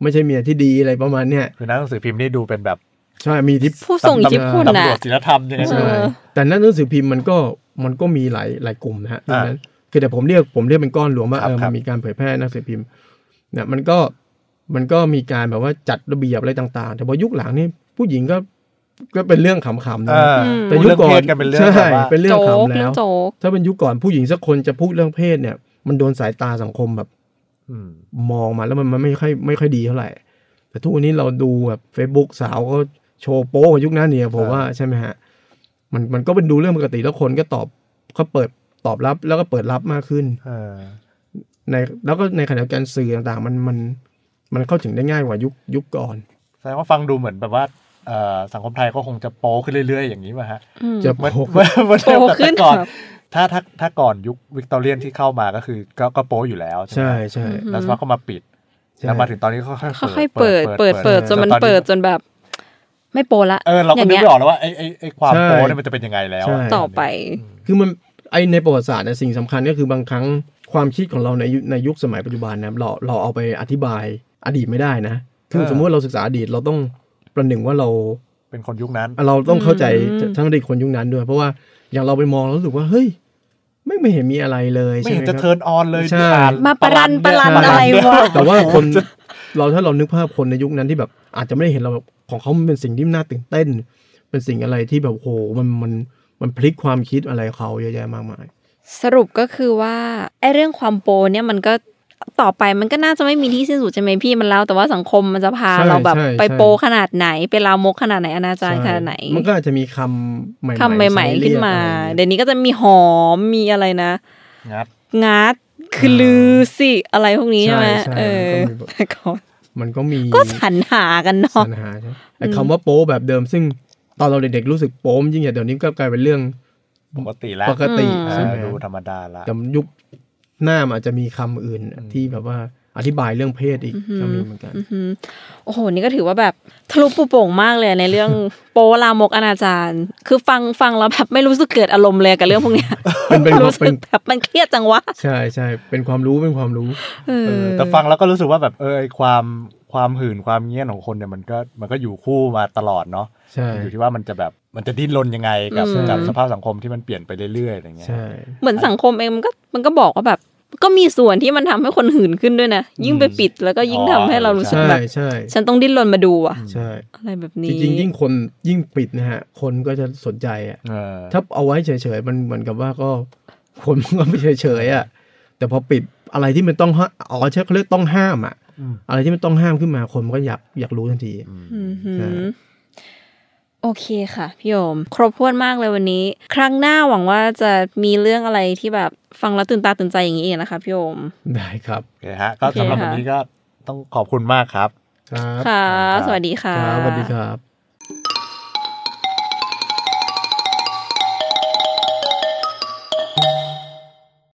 D: ไม่ใช่เมียที่ดีอะไรประมาณเนี่ย
A: คือหนังสือพิมพ์นี่ดูเป็นแบบ
D: ใช่มีทิป
C: ผู้ส่งอิทธิพล
A: ตำร
C: นะ
A: วจศิลธรรมยังไงไม่
D: ใช่
A: รู้
C: เออ
D: แต่นั้นหนังสือพิมพ์มันก็มันก็มีหลายหลายกลุ่มนะฮะดั
A: อ่า
D: งนั้นคือแต่ผมเรียกผมเรียกเป็นก้อนรวมว่า
A: ครับ
D: เออ
A: ครั
D: มั
A: บ
D: นมีการเผยแพร่หนังสือพิมพ์เนี่ยมันก็มันก็มีการแบบว่าจัดระเบียบอะไรต่าง ๆ แต่พอยุคหลังนี่ผู้หญิงก็ก็เป็นเรื่องขำๆ
A: เอ
D: นะ
A: อ
C: ม
D: แต่
A: แต่
D: ยุ
A: ยุ
D: ค
A: ค
D: ก่
A: ก่
D: อ
A: อน นกันเป็นเรื่องแบ
D: ใช่
A: บว่า
D: เป็นเรื่อง
C: โจ๊ก
D: ขำ
C: เรื่
D: แล้
C: อ
D: ว
C: งโจ๊ก
D: ถ้าเป็นยุคก่อนผู้หญิงสักคนจะพูดเรื่องเพศเนี่ย มันโดนสายตาสังคมแบบ
A: อืม
D: มองมาแล้วมันมันไม่ค่อยไม่ค่อยดีเท่าไหร่ แต่ทุกวันนี้เราดูแบบ Facebook สาวก็โชว์โป๊กว่ายุคนั้นเนี่ยผมว่าใช่ไหมฮะ มันมันก็เป็นดูเรื่องปกติแล้วคนก็ตอบก็เปิดตอบรับแล้วก็เปิดรับมากขึ้น
A: เออ
D: ในแล้วก็ในขณะเดียวกันสื่อต่างๆ มันมันมันเข้าถึงได้ง่ายกว่ายุคยุคก่อน
A: แสดงว่าฟังดูเหมือนแบบว่าเอ่อสังคมไทยก็คงจะโป๊ขึ้นเรื่อย ๆ อย่างนี้มาฮะ
C: อืม
D: จะ
A: เหมือน
D: โป๊ก
A: เหมือนเหมือน
C: โป๊ขึ้น
A: แต่ก่อน
C: ครับ
A: ถ้าถ้าถ้าก่อนยุควิกตอเรียนที่เข้ามาก็คือก็ก็โป๊อยู่แล้วใช่
D: ใช่
A: ไหม
D: ใช่
C: อืม
A: แล้วสักพักก็มาปิด
D: ใช่
A: แล้วมาถึงตอนนี้ก็ค่อยๆ
C: ค่อยๆเปิด เปิด เปิดจนมันเปิดจนแบบ ไม่โปรละ
A: เออเรา
C: อ
A: ก็
C: ย่าง
A: นึก
C: เงี้ย
A: ไม่ออกแล้วว่าไอ้ไอ้ไอ้ความ
D: ใช่
A: โป๊เนี่ยมันจะเป็นยังไงแล้ว
D: ใช่
C: ต่อไป
D: คือมันไอในประวัติศาสตร์เนี่ยสิ่งสำคัญก็คือบางครั้งความคิดของเราในยุคในยุคสมัยปัจจุบันนะเราเราเอาไปอธิบายอดีตไม่ได้นะคือสมมติเราศึกษาอดีตเราต้อง ประหนึ่งว่าเรา
A: เป็นคนยุคนั้น
D: เราต้องเข้าใจ
C: อืม
D: ท่านไม่ได้คนยุคนั้นด้วย เพราะว่าอย่างเราไปมองแล้วรู้สึกว่าเฮ้ยไม่ไม่เห็นมีอะไรเลย
A: ไม่
D: ใช่
A: เห็น
D: ไหม
A: จะ
D: ค
A: เทิ
D: รับ
A: ร์นออนเลย
D: ใช่
A: อ่น
C: มาประรันประรัน
A: เย
C: อะไรวะ
D: แต่ว่า คนเราถ้าเรานึกภาพคนในยุคนั้นที่แบบ อาจจะไม่ได้เห็นเราแบบของเขามันเป็นสิ่งที่น่าตื่นเต้น เป็นสิ่งอะไรที่แบบโอ้โหมันมันมันพลิกความคิดอะไรเขาเยอะแยะมากมาย
C: สรุปก็คือว่าไอ้เรื่องความโปรเนี่ยมันก็ต่อไปมันก็น่าจะไม่มีที่สิ้นสุดใช่ไหมพี่มันแล้ว แต่ว่าสังคมมันจะพา
D: ใช่
C: เราแบบ
D: ใช่ใช่
C: ไปโปรขนาดไหนไปลามกขนาดไหนอนาจารขนาดไหน
D: มันก็อาจจะมีคำใหม่ๆ
C: คำใหม่
D: ส่
C: ๆ
D: เรียก
C: ขึ้นมา
D: อะไรอย่ง
C: เดี๋
D: เงี้ย
C: ยวนี้ก็จะมีหอมมีอะไรนะ
A: งัด
C: งัดคือลือสิอะไรพวกนี้ใช่ไหม
D: ใช่
C: เออ
D: มันก็มีแบบ
C: แต่ก่อน
D: มันก็มี
C: ก็สรรหากันเนาะ
D: ปัญหาใช่ไหมไอ้คำว่าโป๊แบบเดิมซึ่งตอนเราเด็กๆรู้สึกโป๊มยิ่งอย่าเดี๋ยวนี้ก็กลายเป็นเรื่อง
A: ปกติแล้ว
D: ปกติ
C: อืม
A: อ่า
D: ใช่ไหม
A: ดูธรรมดาละ
D: แต่ยุคหน้ามันอาจจะมีคำอื่นที่แบบว่าอธิบายเรื่องเพศอีกก็มีเหมือนกัน
C: อื้อหือโอ้โห นี่ก็ถือว่าแบบทะลุปูโป่งมากเลยในเรื่อง โปลามกอนาจารคือฟังฟังแล้วแบบไม่รู้สึกเกิดอารมณ์เลยกับเรื่องพวกเนี้ย
D: เป็นเป็น
C: รู้สึ
D: เป็
C: ก
D: น
C: แบบมันเครียดจังวะ
D: ใช่ใช่เป็นความรู้เป็นความรู้
C: เอ
A: เอ
C: อ
A: อแต่ฟังแล้วก็รู้สึกว่าแบบเออไอ้ความความหื่นความเงี้ยนของคนเนี่ยมันก็มันก็อยู่คู่มาตลอดเนาะ
D: ใช่
A: อยู่ที่ว่ามันจะแบบมันจะดิ้นรนยังไงกับกับสภาพสังคมที่มันเปลี่ยนไปเรื่อยๆอะไรเงี้ย
D: ใช่
C: เหมือนสังคมเองมันก็มันก็บอกว่าแบบ ก็มีส่วนที่มันทำให้คนหื่นขึ้นด้วยนะ ยิ่งไปปิดแล้วก็ยิ่งทำให้เรารู้สึก
D: ใช่
C: แบบ
D: ใช่
C: ฉันต้องดิ้นรนมาดูอะ
D: ใช่
C: อะไรแบบนี้
D: จริงๆ ยิ่งคนยิ่งปิดนะฮะ คนก็จะสนใจอ่ะ
A: เออ
D: ถ้าเอาไว้เฉยๆ มันเหมือนกับว่าก็คนมันก็ไม่เฉยๆอ่ะ แต่พอปิดอะไรที่มันต้องห้าอ๋อใช่เขาเรียกต้องห้ามอ่ะ
A: อืม
D: อะไรที่มันต้องห้ามขึ้นมาคนมันก็อยากอยากรู้ทันที
C: อื้อหือ
D: ใช่
C: โอเคค่ะพี่โยม ครบถ้วนมากเลยวันนี้ ครั้งหน้าหวังว่าจะมีเรื่องอะไรที่แบบฟังแล้วตื่นตาตื่นใจอย่างนี้อีกนะคะพี่โยม
D: ได้ครับ
A: โอเคฮะก็
C: โอเค
A: สำหรับ
C: ค่ะ
A: วันนี้ก็ต้องขอบคุณมากครับ
D: ครับ
C: ค่ะ
A: ครับ
C: สวัสดีค่ะ
D: ครับสวัสดีครับ